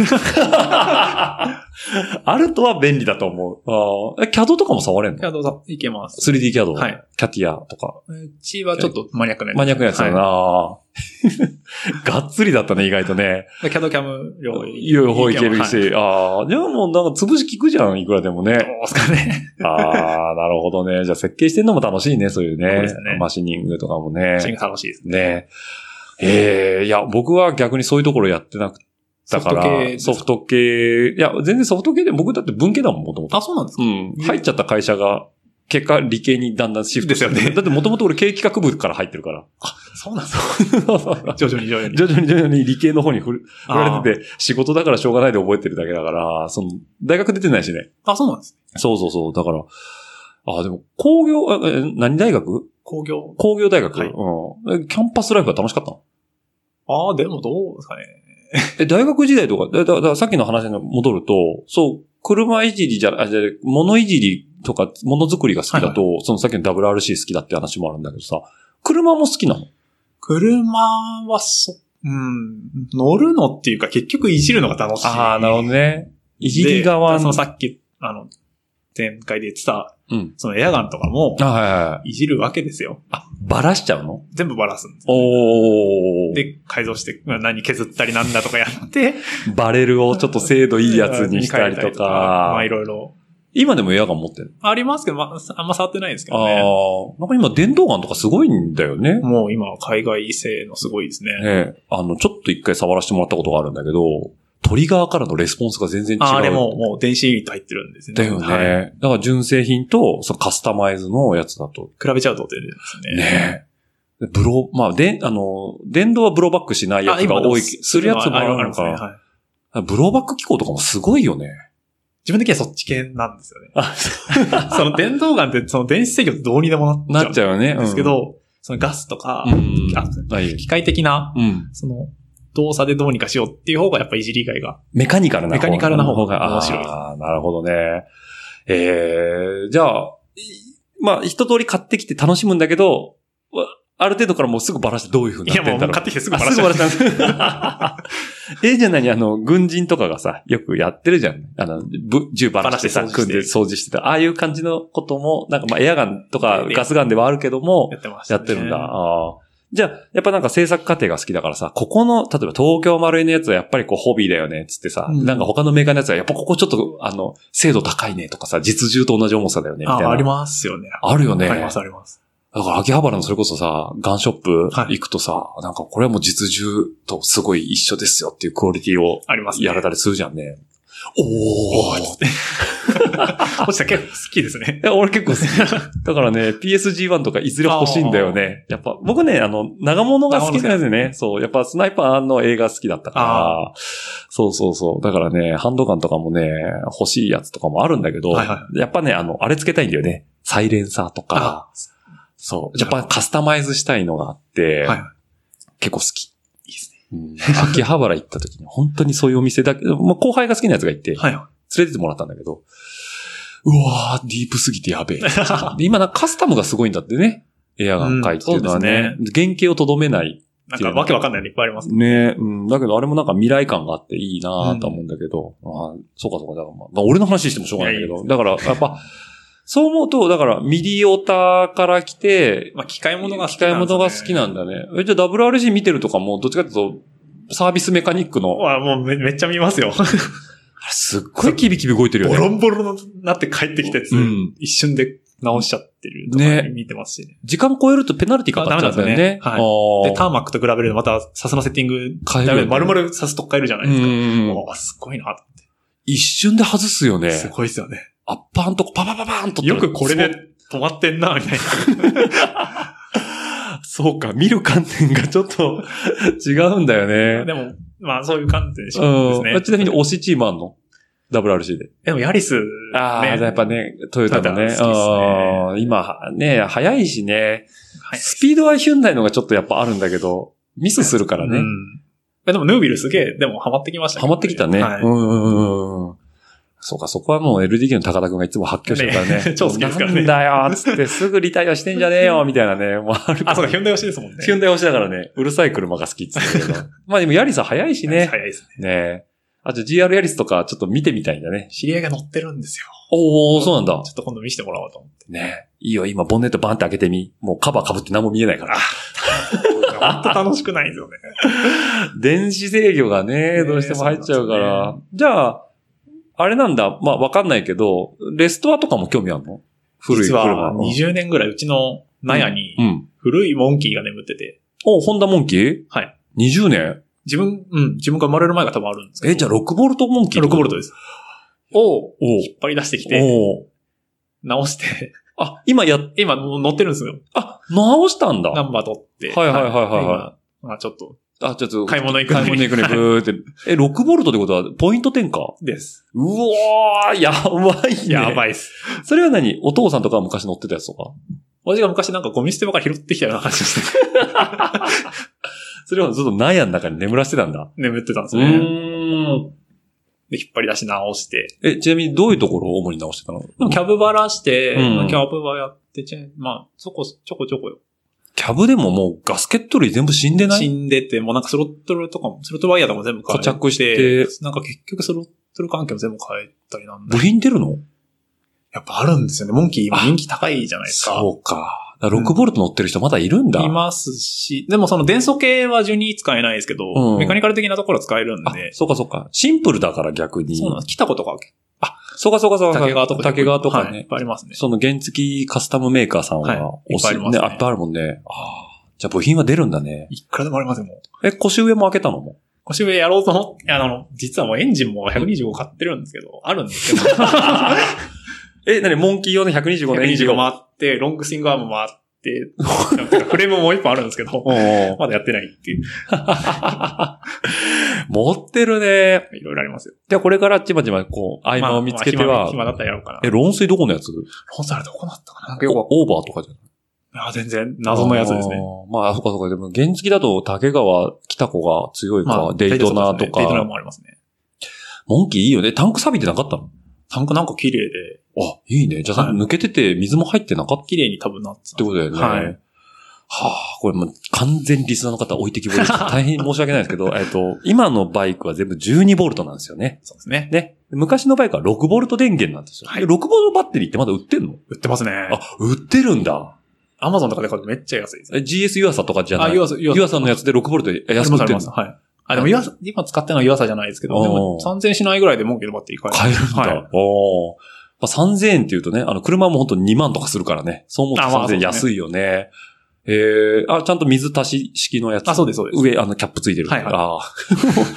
S1: あるとは便利だと思う。ああ、キャドとかも触れん
S2: いや、
S1: の
S2: どうぞ、いけます。
S1: ?3D キャド、
S2: はい
S1: キャティアとか。
S2: うちはちょっとマニアックなやつ
S1: マニアックなやつだな、
S2: は
S1: がっつりだったね、意外とね。
S2: いキャドキャム両
S1: 両方いけるし。
S2: はい
S1: ああ、でももうなんか潰し効くじゃん、いくらでも
S2: ど
S1: ね。
S2: うですかね。
S1: ああ、 なるほどね。じゃあ設計してんのも楽しいね、そういう
S2: そう
S1: ね。
S2: ですね
S1: マシニングとかも
S2: チー
S1: ね。
S2: ム楽しいですね。
S1: ねええいや、僕は逆にそういうところやってなくだから、ソ
S2: ソ
S1: フト系、いや、全然ソフト系で、僕だって文系だもん、もともと。
S2: あ、そうなんですか
S1: うん。入っちゃった会社が、結果理系にだんだんシフトして
S2: ですよ ね
S1: だってもともと俺経営企画部から入ってるから。
S2: そうなんですか徐々に徐々 に。
S1: 徐々に徐々に理系の方に振る振られ
S2: て。
S1: てて、仕事だからしょうがないで覚えてるだけだから、その、大学出てないしね。
S2: あ、そうなんですね。
S1: そうそうそう。だから、あ、でも、工業、あえ何大学
S2: 工業。
S1: 工業大学、
S2: はい
S1: うん。えキャンパスライフが楽しかったの
S2: ああ、でもどうですかね。
S1: え、大学時代とか、だ、だ、ださっきの話に戻ると、そう、車いじりじゃ、あ、じゃあ、物いじりとか、物作りが好きだと、そのさっきの WRC 好きだって話もあるんだけどさ、車も好きなの
S2: 車はそ、うん、乗るのっていうか結局いじるのが楽しい。
S1: ほどね。い
S2: い
S1: じり側
S2: そ
S1: の
S2: の、さっき、あの、前回で言ってた、
S1: うん。
S2: そのエアガンとかも
S1: あ、、はいはいはい。
S2: いじるわけですよ。
S1: ばらしちゃうの
S2: 全部バラすんです。
S1: おー。
S2: で、改造して、まあ何削ったりなんだとかやって、
S1: バレルをちょっと精度 いいやつにした りと
S2: ま
S1: か
S2: あい。ろいろ。
S1: 今でもエアガン持ってる。
S2: ありますけど、まあさあんま触ってないですけ
S1: あ
S2: ど
S1: あ
S2: ね。
S1: ー。なんか今電動ガンとかすごいんだよね。
S2: もう今は海外製のすごいですね。
S1: ねあの、ちょっと一回触らせてもらったことがあるんだけど、トリガーからのレスポンスが全然違う。
S2: ああれも、もう電子ユニット入ってるんですね。
S1: だよね。
S2: はい
S1: だから純正品と、そのカスタマイズのやつだと。
S2: 比べちゃうと出るんですね。
S1: ねえ。ブロ、まあ、で、あの、電動はブローバックしないやつが多い。するやつもあるの
S2: から
S1: か。ブローバック機構とかもすごいよね。。
S2: 自分的にはそっち系なんですよね
S1: あ、
S2: その電動ガンって、その電子制御ってどうにでも
S1: な
S2: なっ
S1: っ
S2: ち
S1: ち
S2: ゃ
S1: ゃうよね。
S2: うんですけ、ど、そのガスとか、
S1: うん
S2: あ
S1: はい
S2: 機械的な、
S1: うん。
S2: その、動作でどうにかしようっていう方がやっぱいじり以外が。
S1: メカニカルな方
S2: メカニカルな方が面白い
S1: ああ、なるほどね。ええじゃあ、いまあ、一通り買ってきて楽しむんだけど、わある程度からもうすぐバラしてどういう風に
S2: い
S1: な
S2: や
S1: って
S2: も
S1: ん
S2: う
S1: だろう
S2: 買っ。てきてすぐ
S1: あ
S2: バラ
S1: す
S2: し
S1: ぐ
S2: ち
S1: バ
S2: ゃう
S1: ラした。 ええじゃない、あの、軍人とかがさ、よくやってるじゃん。あの、ぶ銃バラしてさ、
S2: バラして掃
S1: 組
S2: 除
S1: ん
S2: して
S1: で掃除してた。ああいう感じのことも、なんかまあ、エアガンとか
S2: ね
S1: ガスガンではあるけども、
S2: やってました、
S1: や
S2: ね。
S1: ってるんだ。ああ。じゃあ、やっぱなんか制作過程が好きだからさ、ここの、例えば東京丸いのやつはやっぱりこうホビーだよね、つってさ、
S2: うん
S1: なんか他のメーカーのやつはやっぱここちょっと、あの、精度高いねとかさ、実銃と同じ重さだよね、みたいな。
S2: あ、ありますよね。
S1: あるよね。
S2: あります、あります。
S1: だから秋葉原のそれこそさ、ガンショップ
S2: は
S1: 行
S2: い
S1: くとさ、なんかこれはもう実銃とすごい一緒ですよっていうクオリティを
S2: あります、ね。
S1: やられたりするじゃんね。おー
S2: おー
S1: い
S2: 落ちた結構好きですね。
S1: や俺結構好 き。だからね、PSG1 とかいずれ欲しいんだよね。やっぱ、僕ね、あの、長物が好きなんですよね。そう、やっぱスナイパーの映画好きだったから。そうそうそう。だからね、ハンドガンとかもね、欲しいやつとかもあるんだけど、
S2: はいは
S1: やっぱね、あの、あれつけたいんだよね。サイレンサーとか。
S2: あ
S1: そう。やっぱカスタマイズしたいのがあって、
S2: はい
S1: 結構好き。
S2: いいですね。
S1: うん秋葉原行った時に本当にそういうお店だけ、まあ、後輩が好きなやつがいて、
S2: はいは
S1: 連れてってもらったんだけど、うわー、ディープすぎて やべえ。で今なんかカスタムがすごいんだってね。エアガン界っていうのはね。原型をとどめない。
S2: い。なんかわけわかんないのいっぱいあります。
S1: ね、うん。だけどあれもなんか未来感があっていいなーと思うんだけど、あーそうかそうか。だからまあ、まあ俺の話してもしょうがないんだけ
S2: いや
S1: ど、だからやっぱ、そう思うと、だからミディオタから来て、
S2: まあ、機械物が好
S1: 機
S2: きなんです
S1: 械
S2: よね
S1: 物が好きなんだね。えじゃあ WRC 見てるとかも、どっちかっていうと、サービスメカニックの、あ
S2: わあもうめめっちゃ見ますよ。
S1: れすっごいキビキビ動いてるよ
S2: ボ
S1: ね。
S2: ロンボロになって帰ってきたやつ、
S1: うん
S2: 一瞬で直しちゃってると
S1: ね
S2: か見てますしね。
S1: 時間超えるとペナルティかかっちゃうんだよね。
S2: あダメなんですよねはい
S1: あー
S2: で、ターマックと比べるとまたサスのセッティング、
S1: 変えるよね
S2: 丸々サスと変えるじゃないですか。
S1: うん。
S2: もうすごいなって。
S1: 一瞬で外すよね。
S2: すごいですよね。
S1: アッパーンとこパパパパーンと。
S2: よくこれで。止まってんな、みたいな。
S1: そうそうか、見る観点がちょっと 違うんだよね。
S2: でも、まあ そういう観点でしょです
S1: うん。
S2: ね。
S1: ちなみに推しチームあんの ?WRC で。
S2: でもヤリス、ね、
S1: ああ、やっぱね、トヨタもね。
S2: トヨタ好きっすね
S1: うん今、ね、早いしね。
S2: はい
S1: スピードはヒュンダイの方がちょっとやっぱあるんだけど、ミスするからね。
S2: うんえでもヌービルすげえ、でもハマってきました
S1: ハマってきたね。
S2: はい
S1: うんうんうんうん。そうか、そこはもう LDK の高田くんがいつも発狂してるからね。
S2: ね超好きですからね
S1: なんだよ、つってすぐリタイアしてんじゃねえ よ、みたいなね。もうある
S2: あ、そうか、ヒュンダイ推しですもんね。
S1: ヒュンダイ推しだからね、うるさい車が好きっつってたけど。まあでもヤリさん早いしね。
S2: 早いですね。
S1: ねえ。あと GR ヤリスとかちょっと見てみたいんだね。
S2: 知り合いが乗ってるんですよ。
S1: おー、そうなんだ
S2: ちょ。っと今度見せてもらおうと思って。
S1: ねえ。いいよ、今ボンネットバンって開けてみ。もうカバー被って何も見えないから。
S2: 本当楽しくないんですよね。
S1: 電子制御がね、
S2: ね
S1: どうしても入っちゃうか
S2: そう
S1: ら。
S2: なん
S1: じゃあ、あれなんだ、まあわかんないけど、レストアとかも興味あるの 古い
S2: 実
S1: 車。
S2: は20年ぐらい、うちの納屋に
S1: うん。
S2: 古いモンキーが眠ってて、
S1: お、ホンダモンキー
S2: はい。
S1: 20年
S2: 自分、うん、自分が生まれる前が多分あるんですけど。
S1: え、じゃあ6ボルトモンキー
S2: 6ボルトです。
S1: おお
S2: 引っ張り出してきて、
S1: お
S2: 直して、
S1: あ、今や、
S2: 今もう乗ってるんですよ。
S1: あ、直したんだ。
S2: ナンバー取って。
S1: はいはいはいはいは
S2: 今まあちょっと、
S1: あ、ちょっと。
S2: 買い物行く
S1: 買い物行くね、ブーって。え、6ボルトってことは、ポイント転嫁
S2: です。
S1: うおー、やばいね。
S2: やば
S1: い。
S2: いっす。
S1: それは何お父さんとかは昔乗ってたやつとか
S2: 私が昔なんかゴミ捨て場から拾ってきたような話を して、
S1: それはずっと納屋の中に眠らしてたんだ。
S2: 眠ってたんです
S1: う
S2: ね。
S1: ーん。
S2: で、引っ張り出し直して。
S1: え、ちなみにどういうところを主に直してたの
S2: キャブばらして、
S1: うん
S2: キャブばやって、チェーンまあ、そこ、ちょこちょこ
S1: キャブでももうガスケット類全部死んでない
S2: 死んでて、もうなんかスロットルとかも、スロットルワイヤーとかも全部変えて。
S1: 固着して
S2: なんか結局スロットル関係も全部変えたりなん
S1: 部
S2: で。
S1: 品出るの
S2: やっぱあるんですよね。モンキー今人気高いじゃないですか。
S1: そうか。だから6ボルト乗ってる人まだいるんだ。
S2: いますし、でもその電素系は順に使えないですけど、
S1: うん
S2: メカニカル的なところは使えるん
S1: あ、
S2: で、
S1: そうかそうか。シンプルだから逆に。
S2: そうなんです。来たことが
S1: そうかそうかそうか。
S2: 竹川とか。
S1: 竹川とか
S2: はいいっ
S1: ね。
S2: ぱいありますね。
S1: その原付カスタムメーカーさん
S2: はい
S1: は、
S2: いっぱいあります
S1: ね。
S2: ね
S1: あいっぱいあるもんね。ああ。じゃあ部品は出るんだね。
S2: いくらでもありますよ、もう。
S1: え、腰上も開けたのも
S2: 腰上やろうと思って、あの、実はもうエンジンも125買ってるんですけど、あるんですけ ど、
S1: え、なに、モンキー用の125のエンジン
S2: 125
S1: が。
S2: 回って、ロングスイングアーム回って、なんていうかフレームもう一本あるんですけど、
S1: おう
S2: まだやってないっていう、
S1: 持ってるね。
S2: いろいろありますよ。
S1: じゃあこれからちまちまこう、合間を見つけては。
S2: まあまあ暇暇だったらやろうかな。
S1: え、論水どこのやつ
S2: ロンサルどこだったかななんかよくわ
S1: オーバーとかじゃない
S2: あ全然謎のやつですね。。
S1: あーまあ、そっかそっか。でも、原付だと竹川、北子が強いか、
S2: まあ、
S1: デイトナー
S2: デ
S1: と
S2: イトナー
S1: か、
S2: もありますね。
S1: モンキーいいよね。タンク錆びてなかったの
S2: タンクなんか綺麗で、
S1: あ、いいね。じゃあ、
S2: はい
S1: 抜けてて水も入ってなかったっ
S2: 綺麗に多分なってた
S1: てことだよね。
S2: はい
S1: はあ、これもう完全にリスナーの方置いてきぼりです。 大変申し訳ないですけど、えっと、今のバイクは全部12ボルトなんですよね。
S2: そうですね。
S1: ね。昔のバイクは6ボルト電源なんですよ。
S2: は
S1: 6ボルトバッテリーってまだ売ってんの
S2: 売ってますね。
S1: あ、売ってるんだ。
S2: アマゾンとかで買うとめっちゃ安いです。
S1: え GS 湯浅とかじゃない。
S2: 浅、湯
S1: 湯浅のやつで6ボルトでえ安く売
S2: あ
S1: ってる
S2: り
S1: ん
S2: ます
S1: だ。
S2: はい。あ、でも湯浅、今使ってるのは湯浅じゃないですけど、でも
S1: お
S2: 3000円しないぐらいで文句でバッテリー買
S1: 買
S2: え
S1: え
S2: る。
S1: るんだ。
S2: はい
S1: おーまあ、3000円って言うとね、あの、車も本当に2万とかするからね。そう思うと
S2: あま
S1: 3000
S2: あ
S1: 円
S2: そうです
S1: 安いよね。ええあ、ちゃんと水足し式のやつ。
S2: あ、そうです、そうです。
S1: 上、あの、キャップついてる。
S2: はいはい
S1: あー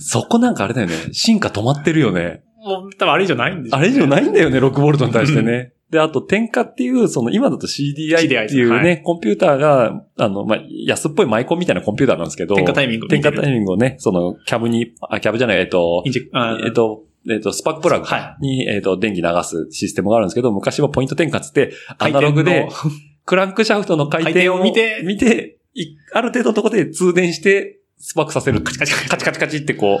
S1: そこなんかあれだよね。進化止まってるよね。
S2: もう多分あれ以上ないんでしょ
S1: あ
S2: うね
S1: れ以上ないんだよね、6ボルトに対してね。で、あと、点火っていう、その、今だと CDI っていうね、
S2: CDI は
S1: コンピューターが、あの、まあ、安っぽいマイコンみたいなコンピューターなんですけど、
S2: 点火タイミング。
S1: 点火タイミングをね、その、キャブに、あ、キャブじゃない、えっと
S2: イ、ンジェあ
S1: えっと、えっと、スパックプラグ
S2: は
S1: に、えっと、電気流すシステムがあるんですけど、昔はポイント点火つって、ア
S2: 回
S1: ナ
S2: 転の
S1: ログで、クランクシャフトの回転を
S2: 回転を
S1: 見
S2: 見て
S1: て、いある程度のところで通電して、スパークさせる。カチカチカチカチカチってこう。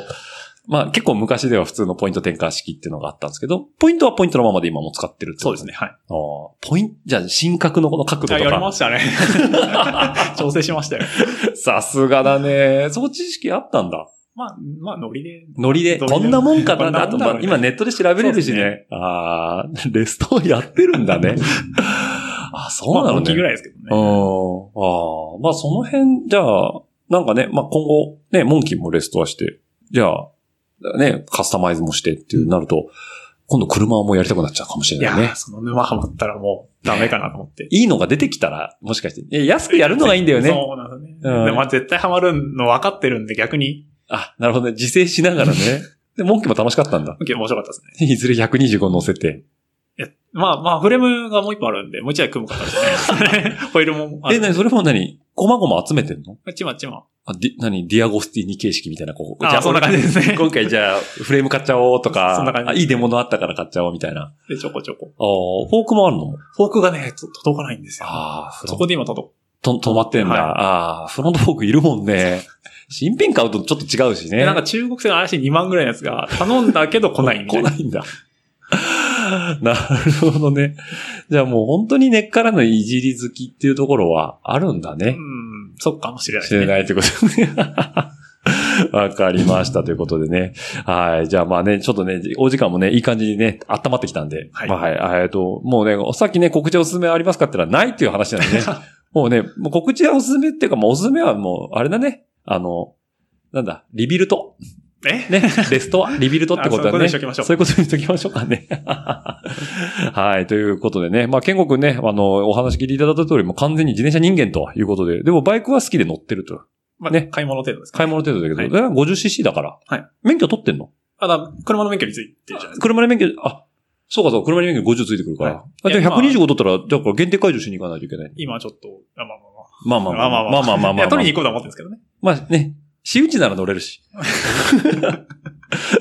S1: まあ結構昔では普通のポイント転換式っていうのがあったんですけど、ポイントはポイントのままで今も使ってるって
S2: そ
S1: こ
S2: う
S1: と
S2: ですね、はい。
S1: あーポイント、じゃあ深刻のこの角度
S2: あ、
S1: と
S2: やり
S1: か
S2: ま。したね。 調整しましたよ。
S1: さすがだね。そこ知識あったんだ。
S2: まあ、まあ、ノリで。
S1: ノリで。
S2: ノリで
S1: こんなもんかな
S2: こ
S1: っ
S2: ん
S1: て、
S2: な
S1: あ
S2: も
S1: と
S2: んだろう
S1: まあ
S2: ね
S1: 今ネットで調べれるしね。
S2: そう
S1: ああ、レストをやってるんだね。 あ、そう
S2: ま
S1: な
S2: あ、
S1: の
S2: 大き
S1: ね
S2: いぐ。らいですけど
S1: うん。あ
S2: ね。
S1: あ。まあその辺、じゃあ、なんかね、まあ今後、ね、モンキーもレストアして、じゃあ、ね、カスタマイズもしてっていうなると、今度車もやりたくなっちゃうかもし
S2: い
S1: れないね
S2: や、。その沼ハマったらもうダメかなと思 って。
S1: いいのが出てきたら、もしかして、いや安くやるのがいいんだよね。
S2: そうなんですね。
S1: うん
S2: でもまあ絶対ハマるの分かってるんで逆に、
S1: あ、なるほどね。自制 しながらね。で、モンキーも楽しかったんだ。
S2: 面白かったですね。
S1: いずれ125乗せて。
S2: いやまあまあ、フレームがもう一本あるんで、もう一台組む形で、ね。 ホイールもあ
S1: え、
S2: る。
S1: なに、それも何こまごま集めてんの
S2: まちまちま。
S1: あ、で、なに、ディアゴスティーニ形式みたいな、こう。
S2: あ
S1: じゃ
S2: そんな感じです ね
S1: 今回じゃあ、フレーム買っちゃおうとか、
S2: そんな感じ
S1: あいい出物あったから買っちゃおうみたいな。
S2: で、ちょこちょこ。
S1: あーフォークもあるの
S2: フォークがね、と届かないんですよ。
S1: ああ、フ
S2: そ
S1: ロン
S2: こで今届く。
S1: ト、止まってんだ。
S2: はい
S1: ああ、フロントフォークいるもん ね。新品買うとちょっと違うしね。
S2: でなんか中国製の嵐2万ぐらいのやつが、頼んだけ ど来ないみた
S1: 来
S2: いな
S1: な。いんだ。 なるほどね。じゃあもう本当に根っからのいじり好きっていうところはあるんだね
S2: う。ん、そうか もしれない
S1: して
S2: ですね。
S1: ないってことね。 わかりました。ということでね。はい。じゃあまあね、ちょっとね、お時間もね、いい感じにね、温まってきたんで。
S2: はい
S1: まあはい。えっと、もうね、さっきね、告知おすすめありますかって言ったらないっていう話なんでね。 もうね、もう告知はおすすめっていうか、もうおすすめはもう、あれだね。あの、なんだ、リビルト。
S2: え
S1: ね、レストはリビルトってことだね。
S2: あそういうことにしときましょう
S1: そういうことにしときましょうかね。 はい、ということでね。まあ、ケンゴくんね、あの、お話聞いていただいた通り、もう完全に自転車人間ということで、でもバイクは好きで乗ってると。
S2: まあ、
S1: ね
S2: ね、買い物程度ですか、
S1: 買い物程度だけど、
S2: はい
S1: だから 50cc だから。
S2: はい
S1: 免許取ってんの
S2: あだ、車の免許についてるじゃないですか。
S1: 車に免許、あ、そうかそうか、車に免許50ついてくるから。
S2: はい
S1: あじゃあ
S2: いや
S1: 125取ったら、だから限定解除しに行かないといけない。
S2: 今ちょっと、あまあまあまあ。
S1: まあまあまあま
S2: ま
S1: あ
S2: あ
S1: ま
S2: ま
S1: あ
S2: あ
S1: まあまあ
S2: い
S1: まあ
S2: や、取りに行こうとは思ってるんですけどね。
S1: まあね、私有地なら乗れる し。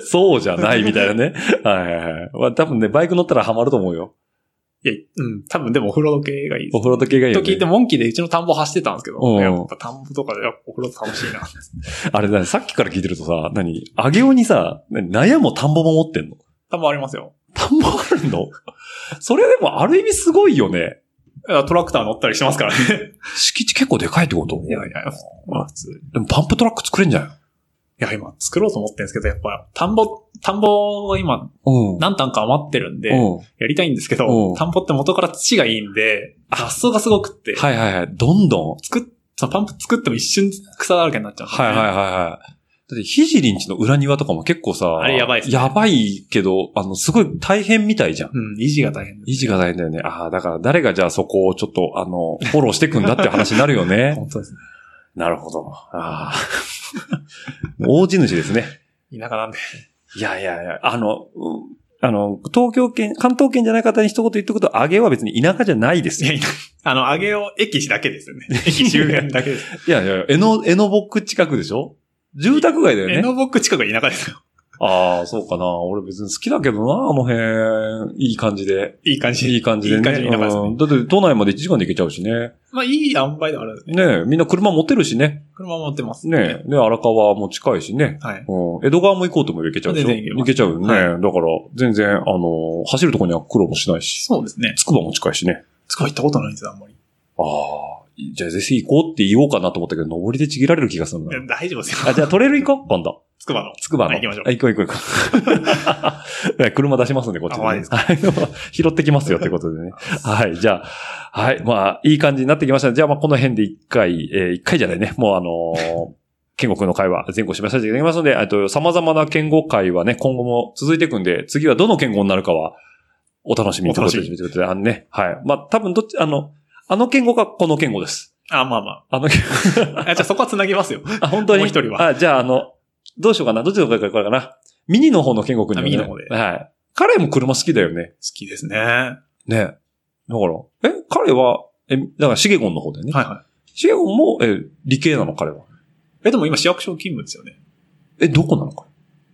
S1: そうじゃないみたいなね。はいはいはい。まあ多分ね、バイク乗ったらハマると思うよ。
S2: いや、うん、多分でもお風呂系がいいです
S1: オ。フロード系がいいよ、
S2: と聞いて、
S1: ね。
S2: モンキーでうちの田んぼ走ってたんですけど、
S1: うん
S2: やっぱ田んぼとかでやっぱお風呂楽しいな。
S1: あれだね、さっきから聞いてるとさ、何あげおにさ、何納屋も田んぼも持ってんの
S2: 田んぼありますよ。
S1: 田んぼあるのそれでもある意味すごいよね。
S2: いやトラクター乗ったりしてますからね。
S1: 敷地結構でかいってこと
S2: いやいや、まあ普通に。い
S1: でもパンプトラック作れんじゃん。
S2: や、今作ろうと思ってるんですけど、やっぱ田んぼ、田んぼが今
S1: うん。
S2: 何単か余ってるんで、
S1: うん。
S2: やりたいんですけ
S1: う
S2: ど
S1: ん、
S2: 田んぼって元から土がいいんで、雑草がすごくって、
S1: はいはいはい。どんどん。
S2: 作っ、そのパンプ作っても一瞬草だらけになっちゃうんです
S1: は
S2: よ
S1: い
S2: ね、
S1: はいはいはい。だって、ひじりんちの裏庭とかも結構さ、
S2: あれやばいっすね
S1: やばいけど、あの、すごい大変みたいじゃん。
S2: うん、維持が大変です、
S1: 維持が大変だよね。ああ、だから誰がじゃあそこをちょっと、あの、フォローしていくんだって話になるよ ね。
S2: 本当ですね。
S1: なるほど。ああ。 大地主ですね。
S2: 田舎なんで。
S1: いやいやいや、あの、うんあの、東京圏、関東圏じゃない方に一言言っておくと、あげは別に田舎じゃないです
S2: い
S1: よ。
S2: や、あの、上げを駅だけですよね。 駅周辺だ けです。
S1: いやいや、えの、えのぼく近くでしょ住宅街だよね。
S2: 江ノボック近くが田舎ですよ。
S1: ああ、そうかな。俺別に好きだけどな、あの辺。いい感じ で。
S2: いい感じ。
S1: いい感じでね。
S2: いい感じの田舎です
S1: う
S2: ね。
S1: んだって都内まで1時間で行けちゃうしね。
S2: まあ、いい塩梅ではあるんですね。
S1: ねえ、みんな車持ってるしね。
S2: 車持ってます。
S1: ねえ、ね荒川も近いしね。
S2: はい。
S1: うん。江戸川も行こうとも行けちゃうでしょ
S2: 全然
S1: 行
S2: 行
S1: け
S2: け
S1: ちゃうよね。
S2: は
S1: だから、全然、あの、走るとこには苦労もしないし。
S2: そうですね。
S1: つくばも近いしね。
S2: つくば行ったことないんですよ、あんまり。
S1: ああ、じゃあぜひ行こうって言おうかなと思ったけど、登りでちぎられる気がする
S2: いや
S1: な。
S2: 大丈夫です
S1: あ、
S2: よ。
S1: じゃあトレイル行こう今度。
S2: つくばの。
S1: つくばの。
S2: はい行きましょう
S1: あ行こう行こう行こ う。車出しますんで、こっち
S2: あ
S1: で、
S2: マジ
S1: ね
S2: です。
S1: はい拾ってきますよってこと でね。はい。じゃあ、はい。まあ、いい感じになってきました。じゃあ、まあ、この辺で一回、えー一回じゃないね。もうあのー、 建国の会は前後しまさせていただきますので、えっと、様々な健語会はね、今後も続いていくんで、次はどの健語になるかは、お楽しみということで
S2: お楽しみ
S1: ということで、あのね、はい。まあ、多分どっち、あの、あの健語かこの健語です。
S2: あ、まあま
S1: あの、
S2: あ。あじゃあそこは繋ぎますよ。
S1: あ、本当に
S2: もう一人は
S1: あ、じゃあ、あの、どうしようかな。どっちの方がいいかな。ミニの方の健吾くんに、ね。
S2: あミニの方で
S1: はい。彼も車好きだよね。
S2: 好きですね。は
S1: ね。だから、え、彼は、え、だから、シゲゴンの方だよ
S2: い
S1: ね。
S2: は
S1: シゲゴンも、え、理系なの、彼は。
S2: い。え、でも今市役所勤務ですよね。
S1: え、どこなのか。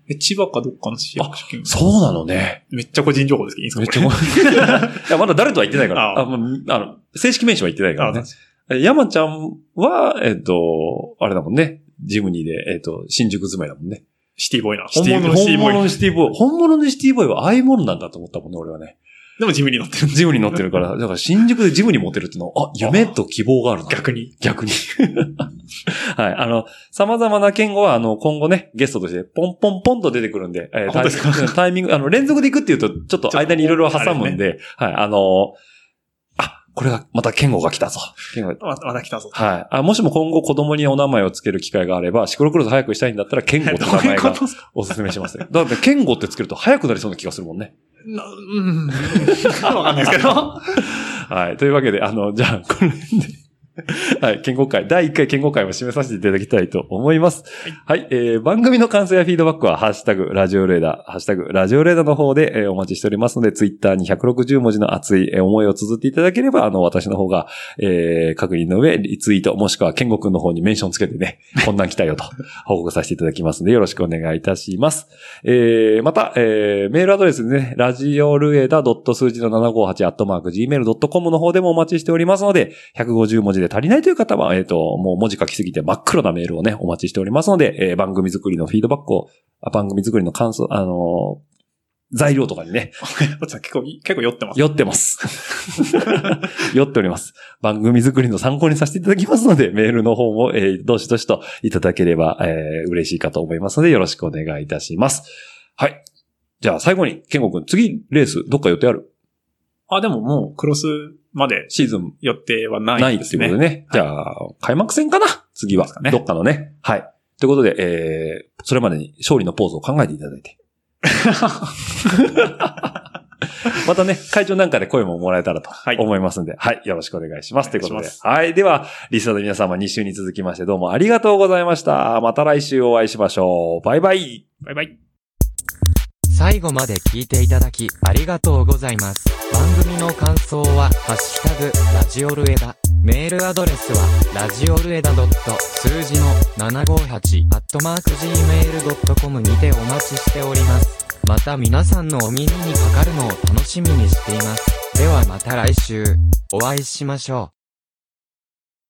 S2: え、千葉かどっかの市役所勤務。
S1: そうなのね。
S2: めっちゃ個人情報ですけど、いいですか
S1: めっちゃ、
S2: こ
S1: い
S2: れ
S1: や、まだ誰とは言って ないから。
S2: あ
S1: あ、まあ、あの、正式名称は言ってないから
S2: あ
S1: ね。え山ちゃんは、えっ、と、あれだもんね。ジムニーで、えっ、と、新宿住まいだもんね。
S2: シティボーイな。
S1: 本物の
S2: シティボーイ。
S1: シティボーイ。本物のシティボーイはああいうものなんだと思ったもんね、俺はね。
S2: でもジムに乗って る。
S1: ジムに乗ってるから、だから新宿でジムに持ってるっていうのは、あ、夢と希望があるな。
S2: 逆に。
S1: 逆に。 はい。あの、様々な言語は、あの、今後ね、ゲストとして、ポンポンポンと出てくるんで、え
S2: あ本当ですか
S1: タイミングタイミング、あの、連続で行くっていうと、ちょっと間にいろいろ挟むんで、はい、あの、あ、これが、また言語が来たぞ。言語
S2: ま、まだ来たぞ。
S1: はい。あ、もしも今後子供にお名前をつける機会があれば、シクロクロス早くしたいんだったら、健
S2: どう
S1: 吾って名前
S2: いうこ
S1: が
S2: とですか
S1: おすすめしますね。だって、健吾ってつけると早くなりそうな気がするもんね。
S2: なうん。わかんないですけど。
S1: はい。というわけで、あの、じゃあ、この辺で。はい、健康会、第1回健康会も締めさせていただきたいと思います。はい、えー、番組の感想やフィードバックは、ハッシュタグ、ラジオレーダー、ハッシュタグ、ラジオレーダーの方で、えーお待ちしておりますので、ツイッターに160文字の熱いえー思いを綴っていただければ、あの、私の方が、えー、確認の上、リツイート、もしくは、健吾くんの方にメンションつけて ね、こんなん来たよと、報告させていただきますので、よろしくお願いいたします。えー、また、えー、メールアドレスですね、ラジオルエダ数字の758アットマーク gmail.com の方でもお待ちしておりますので、150文字で足りないという方は、えっ、と、もう文字書きすぎて真っ黒なメールをね、お待ちしておりますので、えー、番組作りのフィードバックを、あ番組作りの感想、あのー材料とかにね、
S2: こっちは結構、結構酔ってます。
S1: 酔ってます。 酔っております。番組作りの参考にさせていただきますので、メールの方も、えーどしどしといただければ、えー嬉しいかと思いますので、よろしくお願いいたします。はい。じゃあ最後に、健吾くん、次、レース、どっか予定ある
S2: あ、でももうクロスまで
S1: シーズン
S2: 予定はな
S1: ない
S2: い
S1: っ
S2: で
S1: て
S2: す
S1: いうこ
S2: ね。
S1: とでね。じゃあ、開幕戦かな次は
S2: ですか。ね
S1: どっかのね。はい。ということで、えー、それまでに勝利のポーズを考えていただい て。またね、会場なんかで声ももらえたらと
S2: はい
S1: 思いますんで、はい、よろしくお願いします。ということ
S2: お
S1: で
S2: 願いし。
S1: はい。では、リスナーの皆様2週に続きましてどうもありがとうございました。また来週お会いしましょう。バイバイ。
S2: バイバイ。
S3: 最後まで聞いていただきありがとうございます。番組の感想は、ハッシュタグ、ラジオルエダ。メールアドレスは、ラジオルエダ数字の758、アットマーク gmail.com にてお待ちしております。また皆さんのお耳にかかるのを楽しみにしています。ではまた来週、お会いしましょう。